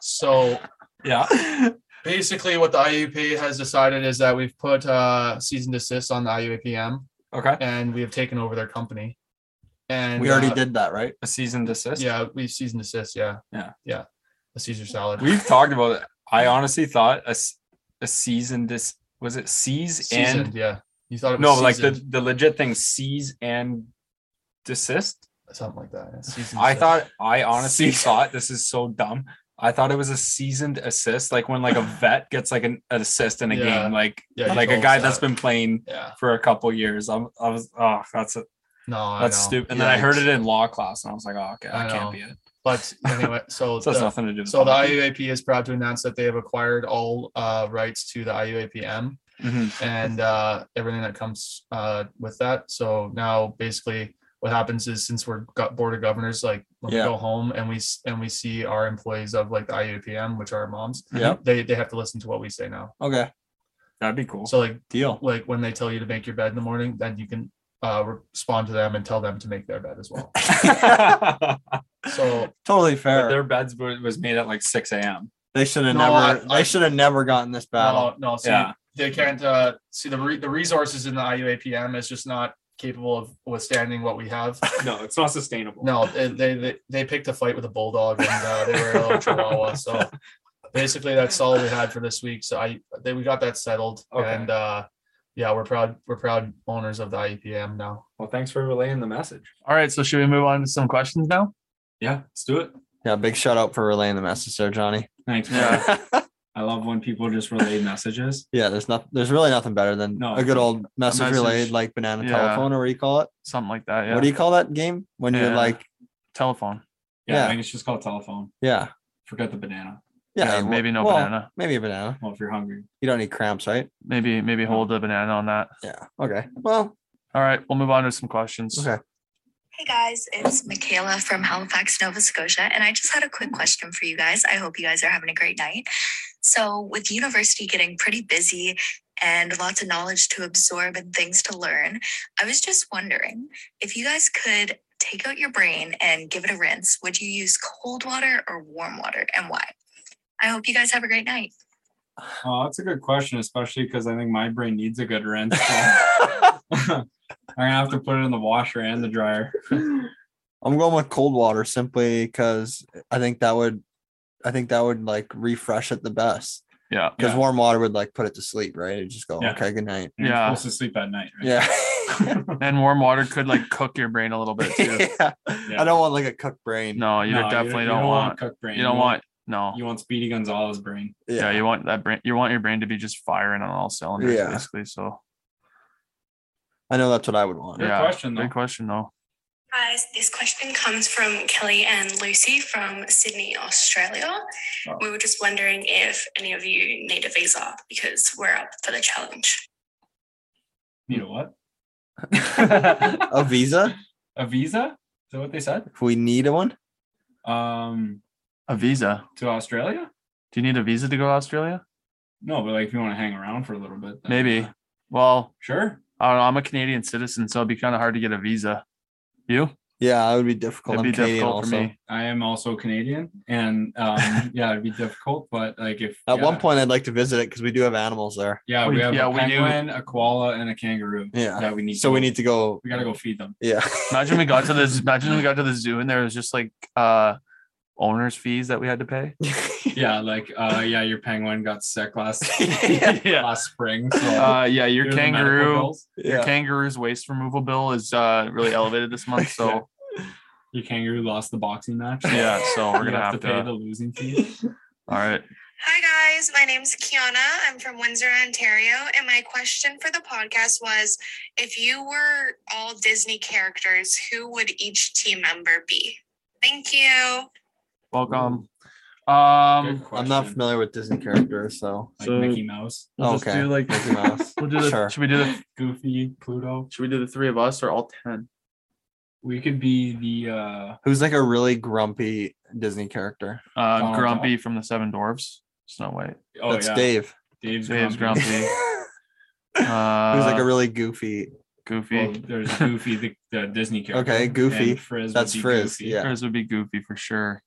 Speaker 2: So
Speaker 3: Yeah.
Speaker 2: basically, what the IUP has decided is that we've put uh, cease and desist on the IUAPM,
Speaker 3: Okay.
Speaker 2: and we have taken over their company. And
Speaker 4: we already
Speaker 2: uh,
Speaker 4: did that, right?
Speaker 3: A season desist.
Speaker 2: Yeah, we cease and desist. Yeah,
Speaker 3: Yeah.
Speaker 2: yeah. A Caesar salad.
Speaker 3: We've talked about it. I honestly thought a, s- a season dis was it seize
Speaker 2: seasoned.
Speaker 3: and
Speaker 2: yeah, you thought it
Speaker 3: no
Speaker 2: was
Speaker 3: like the
Speaker 2: seasoned,
Speaker 3: the legit thing seize and desist.
Speaker 2: something like that. yeah, cease and
Speaker 3: I
Speaker 2: desist.
Speaker 3: thought I honestly
Speaker 4: Seasoned.
Speaker 3: thought this is so dumb. I thought it was a seasoned assist, like when like a vet gets like an, an assist in a
Speaker 2: Yeah.
Speaker 3: game, like
Speaker 2: Yeah, you
Speaker 3: like a
Speaker 2: told
Speaker 3: guy
Speaker 2: us
Speaker 3: that's
Speaker 2: that.
Speaker 3: been playing
Speaker 2: yeah,
Speaker 3: for a couple years. I'm, I was oh that's a,
Speaker 2: no, I
Speaker 3: that's
Speaker 2: know.
Speaker 3: stupid. And then I heard
Speaker 4: Yikes.
Speaker 3: it in law class, and I was like, oh okay,
Speaker 2: I
Speaker 3: I
Speaker 2: know.
Speaker 3: can't be it.
Speaker 2: But anyway, so
Speaker 3: So that's
Speaker 2: the-
Speaker 3: nothing to do. With
Speaker 2: So the IUAP is proud to announce that they have acquired all uh, rights to the IUAPM
Speaker 3: Mhm.
Speaker 2: and uh, everything that comes uh, with that. So now basically what happens is since we're got board of governors, like when
Speaker 4: Yeah.
Speaker 2: we go home and we s- and we see our employees of like the IUAPM, which are our moms,
Speaker 4: Yeah.
Speaker 2: they, they have to listen to what we say now.
Speaker 4: Okay.
Speaker 3: That'd be cool.
Speaker 2: So like
Speaker 4: Deal.
Speaker 2: like when they tell you to make your bed in the morning, then you can uh, respond to them and tell them to make their bed as well. So
Speaker 4: Totally
Speaker 3: But
Speaker 4: fair.
Speaker 3: their beds were- was made at like six a.m.
Speaker 4: they should have
Speaker 2: No,
Speaker 4: never.
Speaker 2: I- I-
Speaker 4: they should have never gotten this battle.
Speaker 2: no, no, so you-
Speaker 3: Yeah,
Speaker 2: they can't uh, see the re- the resources in the IUAPM is just not capable of withstanding what we have.
Speaker 3: no, it's not sustainable.
Speaker 2: No, they they they, they picked a fight with a bulldog and uh, they were a little chihuahua. So basically, that's all we had for this week. So I they, we got that settled,
Speaker 3: Okay.
Speaker 2: and uh, yeah, we're proud we're proud owners of the IUPM now.
Speaker 3: Well, thanks for relaying the message.
Speaker 2: All right, so should we move on to some questions now?
Speaker 3: Yeah, let's do it.
Speaker 4: Yeah. Big shout out for relaying the message there, Johnny.
Speaker 3: Thanks. bro.
Speaker 4: Yeah.
Speaker 3: I love when people just relay messages.
Speaker 4: yeah. There's not. There's really nothing better than
Speaker 3: No.
Speaker 4: a good old message,
Speaker 1: message.
Speaker 4: relayed like banana
Speaker 1: Yeah.
Speaker 4: telephone or what do you call it?
Speaker 1: Something like that. Yeah.
Speaker 4: What do you call that game when you're
Speaker 1: Yeah.
Speaker 4: like,
Speaker 1: Telephone.
Speaker 3: Yeah,
Speaker 4: Yeah.
Speaker 3: I think it's just called telephone.
Speaker 4: yeah,
Speaker 3: Forget the banana.
Speaker 4: yeah,
Speaker 1: Yeah,
Speaker 4: well-
Speaker 1: maybe no
Speaker 4: well,
Speaker 1: banana.
Speaker 4: Maybe a banana.
Speaker 3: Well, if you're hungry,
Speaker 4: You don't need cramps, right?
Speaker 1: Maybe maybe hold the banana on that.
Speaker 4: Yeah. Okay. Well.
Speaker 1: All right, we'll move on to some questions.
Speaker 4: Okay.
Speaker 5: Hey guys, it's Michaela from Halifax, Nova Scotia, and I just had a quick question for you guys. I hope you guys are having a great night. So, with university getting pretty busy and lots of knowledge to absorb and things to learn, I was just wondering if you guys could take out your brain and give it a rinse, would you use cold water or warm water and why? I hope you guys have a great night.
Speaker 3: oh, that's a good question, especially because I think my brain needs a good rinse. so I'm gonna have to put it in the washer and the dryer.
Speaker 4: I'm going with cold water simply because I think that would, I think that would like refresh it the best.
Speaker 1: Yeah.
Speaker 4: Because
Speaker 3: Yeah.
Speaker 4: warm water would like put it to sleep, right? It just go
Speaker 3: Yeah.
Speaker 4: okay, good night.
Speaker 3: And
Speaker 1: Yeah.
Speaker 3: you're supposed to sleep at night. Right?
Speaker 4: Yeah.
Speaker 1: And warm water could like cook your brain a little bit too.
Speaker 4: yeah. I don't want like a cooked brain.
Speaker 1: No, you
Speaker 3: No,
Speaker 1: definitely
Speaker 3: you
Speaker 1: don't, want.
Speaker 3: cooked brain.
Speaker 1: You don't want. No.
Speaker 3: You want Speedy Gonzalez brain.
Speaker 1: yeah. you want that brain. You want your brain to be just firing on all cylinders,
Speaker 4: Yeah.
Speaker 1: basically. So
Speaker 4: I know that's what I would want.
Speaker 3: Good
Speaker 1: yeah.
Speaker 3: question, though.
Speaker 1: Good question though.
Speaker 6: Guys, this question comes from Kelly and Lucy from Sydney, Australia.
Speaker 3: Oh.
Speaker 6: We were just wondering if any of you need a visa because we're up for the challenge.
Speaker 3: You know what?
Speaker 4: A visa?
Speaker 3: a visa? Is that what they said?
Speaker 4: If we need one,
Speaker 3: Um,
Speaker 1: A visa.
Speaker 3: to Australia?
Speaker 1: Do you need a visa to go to Australia?
Speaker 3: No, but like if you want to hang around for a little bit, then,
Speaker 1: Maybe.
Speaker 3: uh,
Speaker 1: Well,
Speaker 3: Sure.
Speaker 1: I don't know. I'm a Canadian citizen, so it'd be kind of hard to get a visa. You?
Speaker 4: yeah, it would be difficult.
Speaker 1: It'd
Speaker 4: I'm
Speaker 1: be
Speaker 4: Canadian
Speaker 1: difficult
Speaker 4: also.
Speaker 1: for me.
Speaker 3: I am also Canadian, and um, yeah, it'd be difficult. But like if
Speaker 4: At one
Speaker 3: yeah.
Speaker 4: point, I'd like to visit it because we do have animals there.
Speaker 3: yeah,
Speaker 1: We-
Speaker 3: we have
Speaker 1: yeah,
Speaker 3: a
Speaker 1: we knew-
Speaker 3: penguin, a koala, and a kangaroo.
Speaker 4: Yeah.
Speaker 3: that we need.
Speaker 4: So
Speaker 3: to-
Speaker 4: we need to go.
Speaker 3: We gotta go feed them.
Speaker 4: Yeah.
Speaker 1: Imagine we got to the imagine we got to the zoo and there was just like uh owner's fees that we had to pay.
Speaker 3: Yeah, like uh, yeah, your penguin got sick last
Speaker 1: yeah.
Speaker 3: last spring. So
Speaker 1: Uh yeah, your
Speaker 3: here's the medical
Speaker 1: kangaroo
Speaker 3: bills.
Speaker 1: your
Speaker 4: yeah.
Speaker 1: kangaroo's waste removal bill is uh really elevated this month. So
Speaker 3: Your kangaroo lost the boxing match. so
Speaker 1: yeah, so we're
Speaker 3: you
Speaker 1: gonna have to,
Speaker 3: pay the losing fee.
Speaker 1: all right.
Speaker 6: Hi, guys. My name's Kiana. I'm from Windsor, Ontario. And my question for the podcast was if you were all Disney characters, who would each team member be? Thank you.
Speaker 1: Welcome.
Speaker 3: Good
Speaker 1: Um
Speaker 4: I'm not
Speaker 3: question.
Speaker 4: familiar with Disney characters, so
Speaker 3: Like
Speaker 1: So-
Speaker 3: Mickey Mouse,
Speaker 1: we'll just
Speaker 4: Okay.
Speaker 1: do like
Speaker 4: Mickey Mouse.
Speaker 1: we'll do the
Speaker 4: Sure.
Speaker 1: should we do the
Speaker 3: Goofy, Pluto.
Speaker 1: should we do the three of us or all ten?
Speaker 3: We could be the uh,
Speaker 4: Who's like a really grumpy Disney character?
Speaker 1: Uh
Speaker 3: Donald
Speaker 1: Grumpy from the Seven Dwarfs, Snow White.
Speaker 3: oh
Speaker 4: That's
Speaker 3: yeah,
Speaker 4: Dave.
Speaker 3: Dave's,
Speaker 1: Dave's
Speaker 3: grumpy.
Speaker 1: grumpy.
Speaker 4: Who's
Speaker 3: Uh,
Speaker 4: like a really goofy.
Speaker 3: Goofy.
Speaker 2: Well,
Speaker 3: there's Goofy, the, the Disney character.
Speaker 4: Okay, Goofy.
Speaker 3: And Frizz would
Speaker 4: That's
Speaker 3: be
Speaker 4: Frizz,
Speaker 3: Goofy.
Speaker 4: yeah.
Speaker 2: Hers would be Goofy for sure.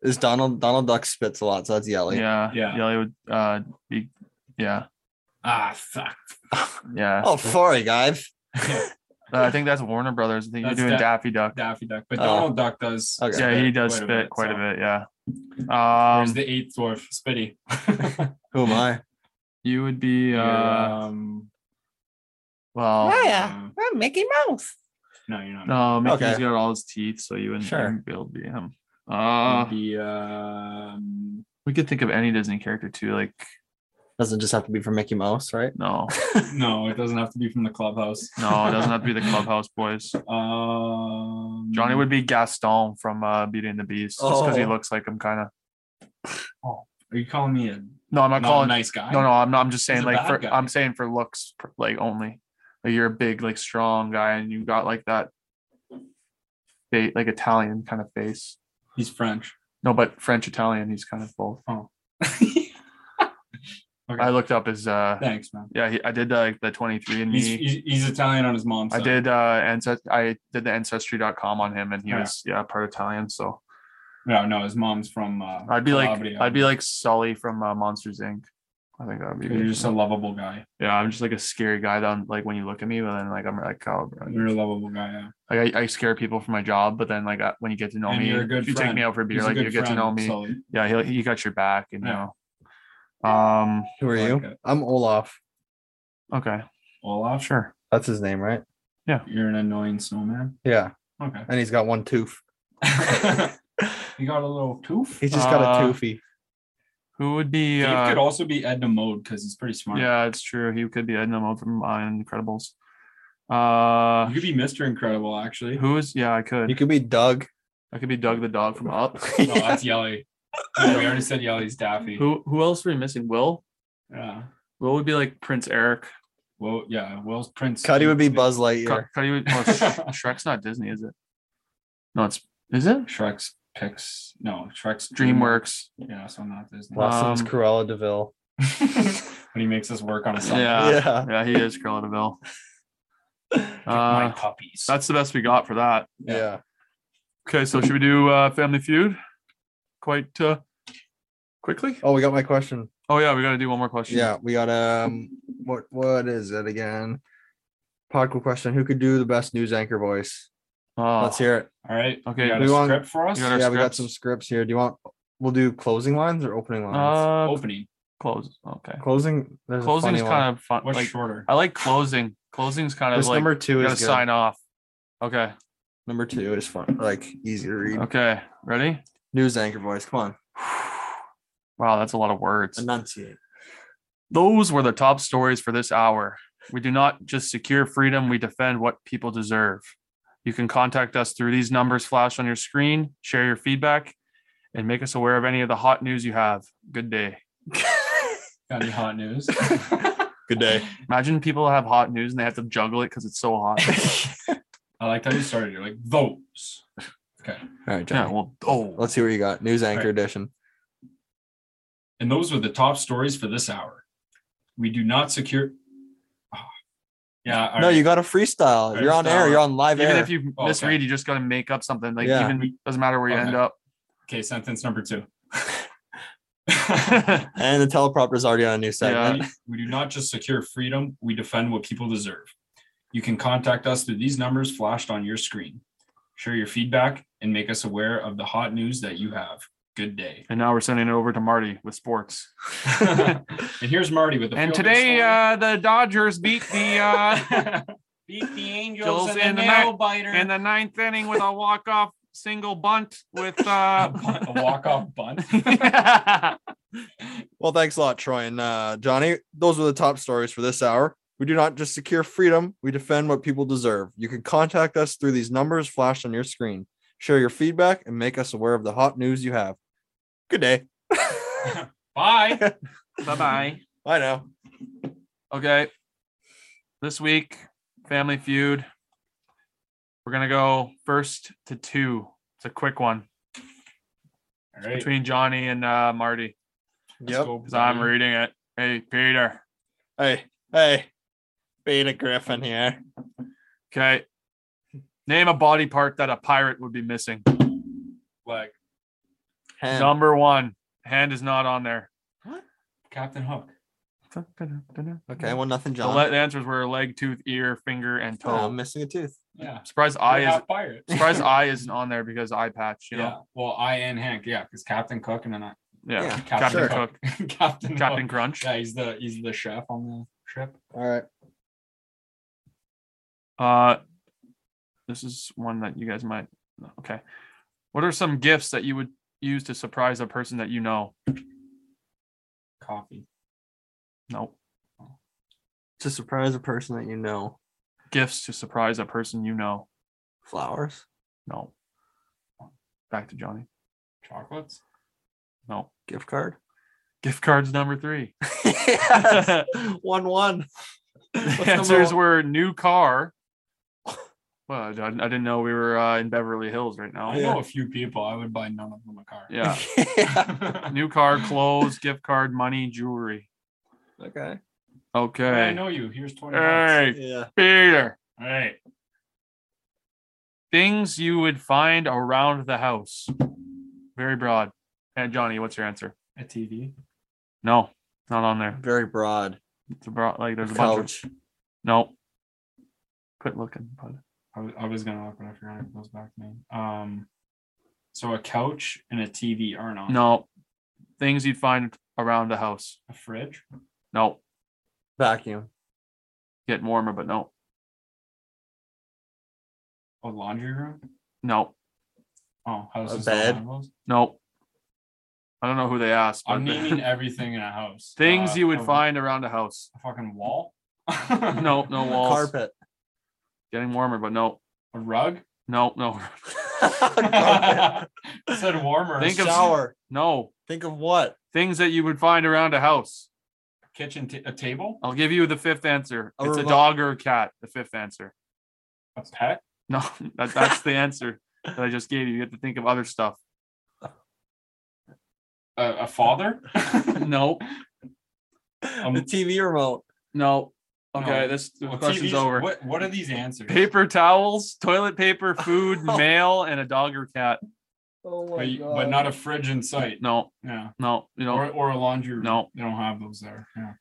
Speaker 4: Is Donald Donald Duck spits a lot, so that's Yelly.
Speaker 2: yeah,
Speaker 3: yeah.
Speaker 2: Yelly would uh, be. Yeah,
Speaker 3: Ah, fuck.
Speaker 2: yeah.
Speaker 4: Oh, sorry, guys.
Speaker 2: Uh, I think that's Warner Brothers. I think
Speaker 3: That's
Speaker 2: you're doing
Speaker 3: Da-
Speaker 2: Daffy Duck.
Speaker 3: Daffy Duck. But
Speaker 4: Oh.
Speaker 3: Donald Duck does.
Speaker 4: Okay.
Speaker 2: yeah, he does
Speaker 3: quite a
Speaker 2: spit
Speaker 3: bit,
Speaker 2: quite
Speaker 3: so.
Speaker 2: a bit. Yeah. Um,
Speaker 3: There's the eighth dwarf, Spitty.
Speaker 4: Who am I?
Speaker 2: you would be. Uh,
Speaker 3: um,
Speaker 2: Well,
Speaker 3: yeah.
Speaker 4: I'm Mickey Mouse.
Speaker 3: No, you're not.
Speaker 2: no, Mickey's
Speaker 4: Okay.
Speaker 2: got all his teeth, so you wouldn't,
Speaker 4: Sure.
Speaker 2: you wouldn't be able to be him. Uh,
Speaker 3: You'd be, um,
Speaker 2: we could think of any Disney character too. Like,
Speaker 4: Doesn't just have to be for Mickey Mouse, right?
Speaker 2: no,
Speaker 3: no, it doesn't have to be from the clubhouse.
Speaker 2: no, it doesn't have to be the Clubhouse Boys.
Speaker 3: Um,
Speaker 2: Johnny would be Gaston from uh, Beauty and the Beast, just because he
Speaker 4: Oh.
Speaker 2: looks like him, kind of.
Speaker 3: Are you calling me a
Speaker 2: No, I'm not
Speaker 3: not
Speaker 2: calling.
Speaker 3: a nice guy?
Speaker 2: No, no, I'm not. I'm just
Speaker 3: He's
Speaker 2: saying,
Speaker 3: a
Speaker 2: like,
Speaker 3: bad
Speaker 2: for,
Speaker 3: guy.
Speaker 2: I'm saying for looks, pr- like only. Like you're a big, like strong guy, and you got like that, fa- like Italian kind of face.
Speaker 3: He's French.
Speaker 2: No, but French Italian. He's kind of both. I looked up his. uh
Speaker 3: Thanks, man.
Speaker 2: Yeah, he, I did like the 23 and
Speaker 3: He's,
Speaker 2: me.
Speaker 3: he's, he's Italian on his mom's
Speaker 2: I
Speaker 3: side.
Speaker 2: did uh ancest. I did the ancestry.com on him, and he
Speaker 3: Yeah.
Speaker 2: was yeah part Italian. So
Speaker 3: No, no, his mom's from. Uh,
Speaker 2: I'd be like
Speaker 3: Calabria.
Speaker 2: I'd be like Sully from uh, Monsters Inc. I think that would be.
Speaker 3: You're
Speaker 2: me.
Speaker 3: just a lovable guy.
Speaker 2: yeah, I'm just like a scary guy. That I'm, like when you look at me, but then like I'm like oh, bro.
Speaker 3: You're a lovable guy. Yeah.
Speaker 2: like I, I scare people for my job, but then like I, when you get to know
Speaker 3: And
Speaker 2: me,
Speaker 3: you're a good
Speaker 2: if you take
Speaker 3: friend.
Speaker 2: me out for a beer,
Speaker 3: He's a
Speaker 2: like
Speaker 3: good
Speaker 2: you get to
Speaker 3: friend,
Speaker 2: know me.
Speaker 3: Sully.
Speaker 2: Yeah, he he got your back, you
Speaker 3: Yeah.
Speaker 2: know. Um.
Speaker 4: Who are you?
Speaker 3: Like it.
Speaker 4: I'm Olaf.
Speaker 2: Okay.
Speaker 3: Olaf,
Speaker 2: Sure.
Speaker 4: That's his name, right?
Speaker 3: you're an annoying snowman.
Speaker 4: Yeah.
Speaker 3: Okay.
Speaker 4: And he's got one tooth.
Speaker 3: you got a little tooth.
Speaker 4: He's just got a
Speaker 2: Uh,
Speaker 4: toofy.
Speaker 2: Who would be?
Speaker 3: Dave could
Speaker 2: Uh,
Speaker 3: also be Edna Mode because he's pretty smart.
Speaker 2: yeah, it's true. He could be Edna Mode from uh, Incredibles. Uh,
Speaker 3: You could be Mr. Incredible, actually.
Speaker 2: who is? Yeah, I could.
Speaker 4: You could be Doug.
Speaker 2: I could be Doug the dog from Up.
Speaker 3: No, that's Yelly. No, we already said Yelly's Daffy.
Speaker 2: who Who else are we missing? Will.
Speaker 3: Yeah.
Speaker 2: Will would be like Prince Eric.
Speaker 3: Well, yeah. Will's Prince.
Speaker 4: Cuddy would be Buzz Lightyear.
Speaker 3: um,
Speaker 2: Cut Cuddy would. Well, oh, Sh- Shrek's not Disney, is it? No, it's. Is
Speaker 3: Mm.
Speaker 2: it?
Speaker 3: Shrek's Pix. No, Shrek's
Speaker 2: DreamWorks.
Speaker 3: Yeah, so not Disney.
Speaker 4: Lessons
Speaker 2: um,
Speaker 4: Cruella Deville.
Speaker 3: when he makes us work on a song.
Speaker 2: Yeah.
Speaker 4: yeah.
Speaker 2: Yeah, he is Cruella Deville.
Speaker 3: My
Speaker 2: Uh,
Speaker 3: puppies.
Speaker 2: that's the best we got for that.
Speaker 4: Yeah.
Speaker 2: Okay, so should we do uh, Family Feud? Quite uh, quickly.
Speaker 4: Oh, we got my question.
Speaker 2: Oh yeah, we got to do one more question.
Speaker 4: Yeah, we got um what what is it again? Podcast question. Who could do the best news anchor voice?
Speaker 2: Oh,
Speaker 4: Let's hear it.
Speaker 3: All right.
Speaker 2: Okay,
Speaker 3: You got
Speaker 4: we
Speaker 3: a
Speaker 4: want-
Speaker 3: script for us?
Speaker 2: you got
Speaker 4: Yeah,
Speaker 2: our
Speaker 4: we got some
Speaker 2: scripts?
Speaker 4: scripts here. Do you want we'll do closing lines or opening lines?
Speaker 2: Uh,
Speaker 3: Opening.
Speaker 2: close. Okay.
Speaker 4: closing there's
Speaker 2: Closing's kind of fun.
Speaker 3: What's
Speaker 2: Like
Speaker 3: shorter?
Speaker 2: I like closing. Closing's kind of
Speaker 4: this
Speaker 2: like
Speaker 4: number two
Speaker 2: you
Speaker 4: is
Speaker 2: gotta
Speaker 4: good.
Speaker 2: sign off. Okay.
Speaker 4: Number two is fun, like easy to read.
Speaker 2: Okay. Ready?
Speaker 4: News anchor voice. Come on,
Speaker 2: Wow, that's a lot of words.
Speaker 4: enunciate.
Speaker 2: Those were the top stories for this hour. We do not just secure freedom, we defend what people deserve. You can contact us through these numbers flashed on your screen, share your feedback, and make us aware of any of the hot news you have. Good day.
Speaker 3: Got any hot news?
Speaker 4: Good day.
Speaker 2: Imagine people have hot news and they have to juggle it because it's so hot.
Speaker 3: I liked how you started. You're like, those. Okay.
Speaker 4: All right, John.
Speaker 2: yeah, well, oh,
Speaker 4: Let's see what you got. News anchor edition.
Speaker 3: And those were the top stories for this hour. We do not secure. Ah. Yeah. all
Speaker 4: no,
Speaker 3: right.
Speaker 4: you got a freestyle. You're on air.
Speaker 3: Freestyle.
Speaker 4: You're on live
Speaker 2: even
Speaker 4: air.
Speaker 2: if you
Speaker 3: Oh, okay.
Speaker 2: misread, you just got to make up something. Like,
Speaker 4: Yeah.
Speaker 2: even doesn't matter where you end
Speaker 3: Okay.
Speaker 2: up.
Speaker 3: Okay, sentence number two.
Speaker 4: and the teleprompter's already on a new
Speaker 2: Yeah.
Speaker 4: segment.
Speaker 3: We- we do not just secure freedom, we defend what people deserve. You can contact us through these numbers flashed on your screen. Share your feedback and make us aware of the hot news that you have. Good day.
Speaker 2: And now we're sending it over to Marty with sports.
Speaker 3: and here's Marty with the
Speaker 2: And
Speaker 3: feel-good
Speaker 2: today,
Speaker 3: story.
Speaker 2: uh, the Dodgers beat the uh,
Speaker 3: beat the
Speaker 2: Joel's
Speaker 3: Angels and,
Speaker 2: in
Speaker 3: the
Speaker 2: the net,
Speaker 3: nail biter.
Speaker 2: in the ninth inning with a walk off single bunt with
Speaker 3: a,
Speaker 2: uh
Speaker 3: bu- a walk-off bunt.
Speaker 4: Well, thanks a lot, Troy and uh, Johnny. Those were the top stories for this hour. We do not just secure freedom, we defend what people deserve. You can contact us through these numbers flashed on your screen. Share your feedback and make us aware of the hot news you have. Good day.
Speaker 3: Bye.
Speaker 2: bye bye.
Speaker 4: Bye now.
Speaker 2: Okay. This week, Family Feud. We're gonna go first to two. It's a quick one
Speaker 3: All right.
Speaker 2: between Johnny and uh, Marty
Speaker 3: let's go, Mm-hmm.
Speaker 2: because I'm
Speaker 3: buddy.
Speaker 2: reading it. Hey, Peter.
Speaker 4: Hey, hey, Beta Griffin here.
Speaker 2: Okay. Name a body part that a pirate would be missing.
Speaker 3: Like
Speaker 4: Hen.
Speaker 2: Number one, hand is not on there.
Speaker 3: Captain Hook.
Speaker 4: Okay, well, nothing,
Speaker 2: The
Speaker 4: John.
Speaker 2: le- the answers were leg, tooth, ear, finger, and
Speaker 4: Oh, I'm
Speaker 2: toe.
Speaker 4: missing a tooth.
Speaker 3: Yeah.
Speaker 2: Surprised
Speaker 3: We're
Speaker 2: eye is
Speaker 3: half pirates.
Speaker 2: surprised eye isn't on there because eye patch. You
Speaker 3: yeah.
Speaker 2: know,
Speaker 3: Well, I and Hank. Yeah, because Captain Cook and then I.
Speaker 2: yeah.
Speaker 4: Yeah,
Speaker 2: Captain
Speaker 4: sure.
Speaker 2: Cook,
Speaker 3: Captain.
Speaker 2: Captain
Speaker 3: Hook.
Speaker 2: Crunch.
Speaker 3: Yeah, he's the he's the chef on the ship.
Speaker 4: All right.
Speaker 2: Uh, this is one that you guys might. Okay, what are some gifts that you would use to surprise a person that you know?
Speaker 3: Coffee.
Speaker 2: No
Speaker 4: To surprise a person that you know,
Speaker 2: gifts to surprise a person you know.
Speaker 4: flowers,
Speaker 2: No. Back to Johnny.
Speaker 3: Chocolates.
Speaker 2: No.
Speaker 4: gift card.
Speaker 2: Gift cards number three.
Speaker 4: yes. One one. What's
Speaker 2: The
Speaker 4: number
Speaker 2: answers
Speaker 4: one?
Speaker 2: were new car. Well, I, I didn't know we were uh, in Beverly Hills right now.
Speaker 3: I know a few people. I would buy none of them a car.
Speaker 2: Yeah.
Speaker 3: Yeah.
Speaker 2: New car, clothes, gift card, money, jewelry.
Speaker 4: Okay.
Speaker 3: I
Speaker 2: Okay.
Speaker 3: know you. Here's twenty. bucks.
Speaker 2: Hey,
Speaker 4: Yeah.
Speaker 2: Peter.
Speaker 3: All right.
Speaker 2: Things you would find around the house. Very broad. And Johnny, what's your answer?
Speaker 3: A TV.
Speaker 2: No, not on there.
Speaker 4: Very broad.
Speaker 2: It's a broad, like there's a bunch of.
Speaker 4: Couch.
Speaker 2: No. Quit looking, bud.
Speaker 3: I was, I was gonna look, but I forgot it goes back to me. Um, so a couch and a TV are not.
Speaker 2: No. Things you'd find around the house.
Speaker 3: A fridge.
Speaker 2: No.
Speaker 4: Vacuum.
Speaker 2: Getting warmer, but no.
Speaker 3: A laundry room.
Speaker 2: No.
Speaker 3: Oh, houses.
Speaker 4: bed.
Speaker 3: don't have those?
Speaker 2: No. I don't know who they asked, but
Speaker 3: I'm naming everything in a house.
Speaker 2: things
Speaker 3: Uh,
Speaker 2: you would
Speaker 3: a-
Speaker 2: find around a house.
Speaker 3: A fucking wall.
Speaker 2: No, no walls.
Speaker 4: Carpet.
Speaker 2: Getting warmer, but no.
Speaker 3: A rug.
Speaker 2: No, no.
Speaker 4: Carpet.
Speaker 3: Said warmer.
Speaker 2: Think of-
Speaker 4: Shower.
Speaker 2: No.
Speaker 4: Think of what?
Speaker 2: Things that you would find around a house.
Speaker 3: kitchen ta- a table,
Speaker 2: I'll give you the fifth answer.
Speaker 4: A
Speaker 2: it's a
Speaker 4: remote.
Speaker 2: dog or a cat. The fifth answer.
Speaker 3: a pet,
Speaker 2: No, that, that's the answer that I just gave you. You have to think of other stuff.
Speaker 3: a, a father.
Speaker 2: No,
Speaker 4: the
Speaker 3: Um,
Speaker 4: TV remote.
Speaker 2: no. Okay,
Speaker 3: No.
Speaker 2: this the
Speaker 3: Well,
Speaker 2: question's
Speaker 3: TVs
Speaker 2: over.
Speaker 3: What What are these answers?
Speaker 2: Paper towels, toilet paper, food, mail, and a dog or cat.
Speaker 4: Oh
Speaker 3: But, you- but not a fridge in sight.
Speaker 2: No,
Speaker 3: Yeah.
Speaker 2: no, you know.
Speaker 3: Or, or a laundry room.
Speaker 2: No.
Speaker 3: They don't have those there. Yeah.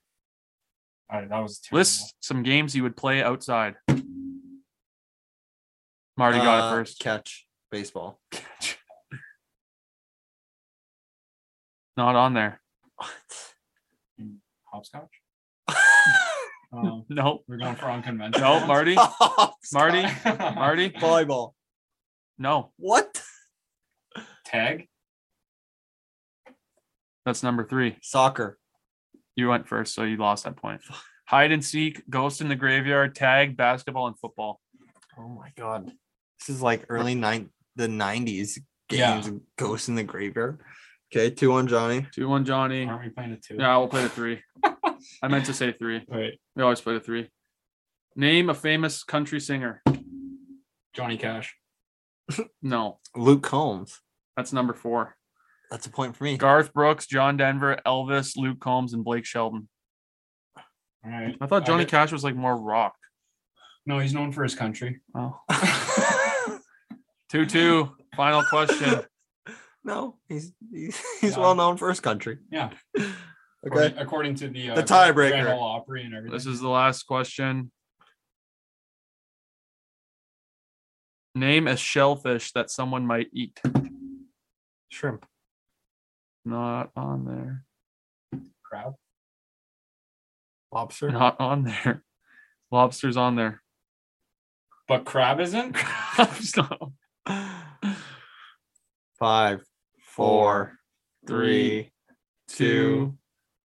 Speaker 3: All right. That was terrible.
Speaker 2: List some games you would play outside. Marty got it first.
Speaker 4: Uh, Catch. Baseball.
Speaker 2: Not on there.
Speaker 3: Hopscotch.
Speaker 4: What?
Speaker 3: Um,
Speaker 2: Nope.
Speaker 3: we're going for unconventional.
Speaker 2: No,
Speaker 3: ones.
Speaker 2: Marty. Marty. Marty.
Speaker 4: Volleyball.
Speaker 2: No,
Speaker 4: What?
Speaker 3: Tag.
Speaker 2: that's number three.
Speaker 4: Soccer.
Speaker 2: You went first, so you lost that point. Hide and seek, ghost in the graveyard, tag, basketball, and football.
Speaker 4: Oh my god. This is like early nine the nineties
Speaker 3: Yeah.
Speaker 4: games of Ghost in the Graveyard. Okay, two one Johnny.
Speaker 2: Two one Johnny.
Speaker 3: Aren't we playing a two?
Speaker 2: Yeah, we'll play the three. I meant to say three.
Speaker 3: Wait.
Speaker 2: We always play the three. Name a famous country singer.
Speaker 3: Johnny Cash.
Speaker 2: No,
Speaker 4: Luke Combs.
Speaker 2: that's number four.
Speaker 4: That's a point for me.
Speaker 2: Garth Brooks, John Denver, Elvis, Luke Combs, and Blake Sheldon.
Speaker 3: All right.
Speaker 2: I thought Johnny
Speaker 3: get-
Speaker 2: Cash was like more rock.
Speaker 3: No, he's known for his country.
Speaker 2: Oh. Two two. Final question.
Speaker 4: no, he's he's, he's
Speaker 3: Yeah.
Speaker 4: well known for his country.
Speaker 3: Yeah.
Speaker 4: Okay.
Speaker 3: According, according to the uh,
Speaker 4: The tiebreaker.
Speaker 3: Grand Ole Opry and everything.
Speaker 2: This is the last question. Name a shellfish that someone might eat.
Speaker 4: Shrimp.
Speaker 2: Not on there.
Speaker 3: crab.
Speaker 4: Lobster.
Speaker 2: Not on there. Lobster's on there.
Speaker 3: But crab isn't.
Speaker 2: Crab's not-
Speaker 4: Five, four, three,
Speaker 2: two.
Speaker 4: two,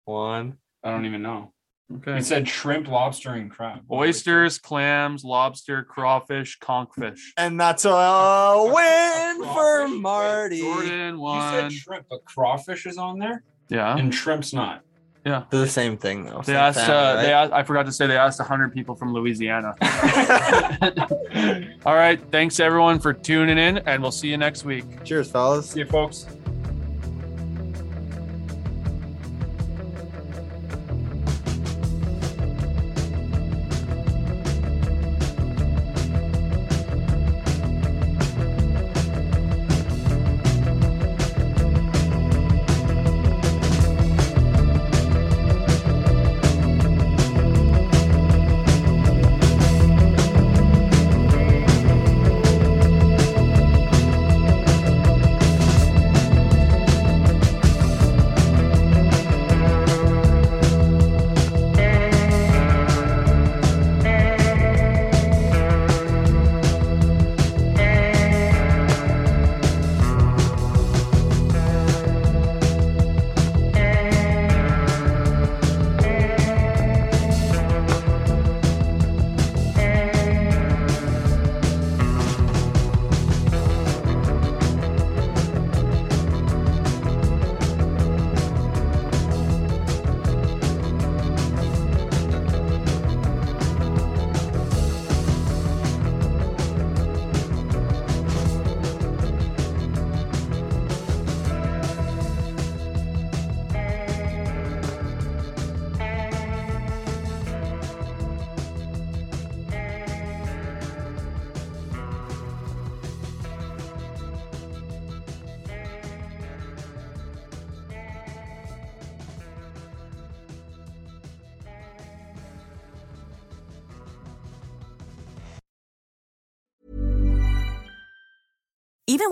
Speaker 4: one.
Speaker 3: I don't even know.
Speaker 2: Okay.
Speaker 3: It said shrimp, lobster, and crab.
Speaker 2: Oysters, clams, lobster, crawfish, conkfish.
Speaker 4: And that's a win for
Speaker 3: Crawfish. Wait,
Speaker 4: Marty.
Speaker 2: Jordan
Speaker 3: You
Speaker 2: one.
Speaker 3: said shrimp, but crawfish is on there,
Speaker 2: Yeah.
Speaker 3: and shrimp's not.
Speaker 4: They're the same thing though.
Speaker 2: They
Speaker 4: same
Speaker 2: asked.
Speaker 4: family,
Speaker 2: Uh,
Speaker 4: right?
Speaker 2: They asked. I forgot to say they asked 100 people from Louisiana. All right. Thanks everyone for tuning in, and we'll see you next week.
Speaker 4: Cheers, fellas.
Speaker 3: See you, folks.
Speaker 7: Even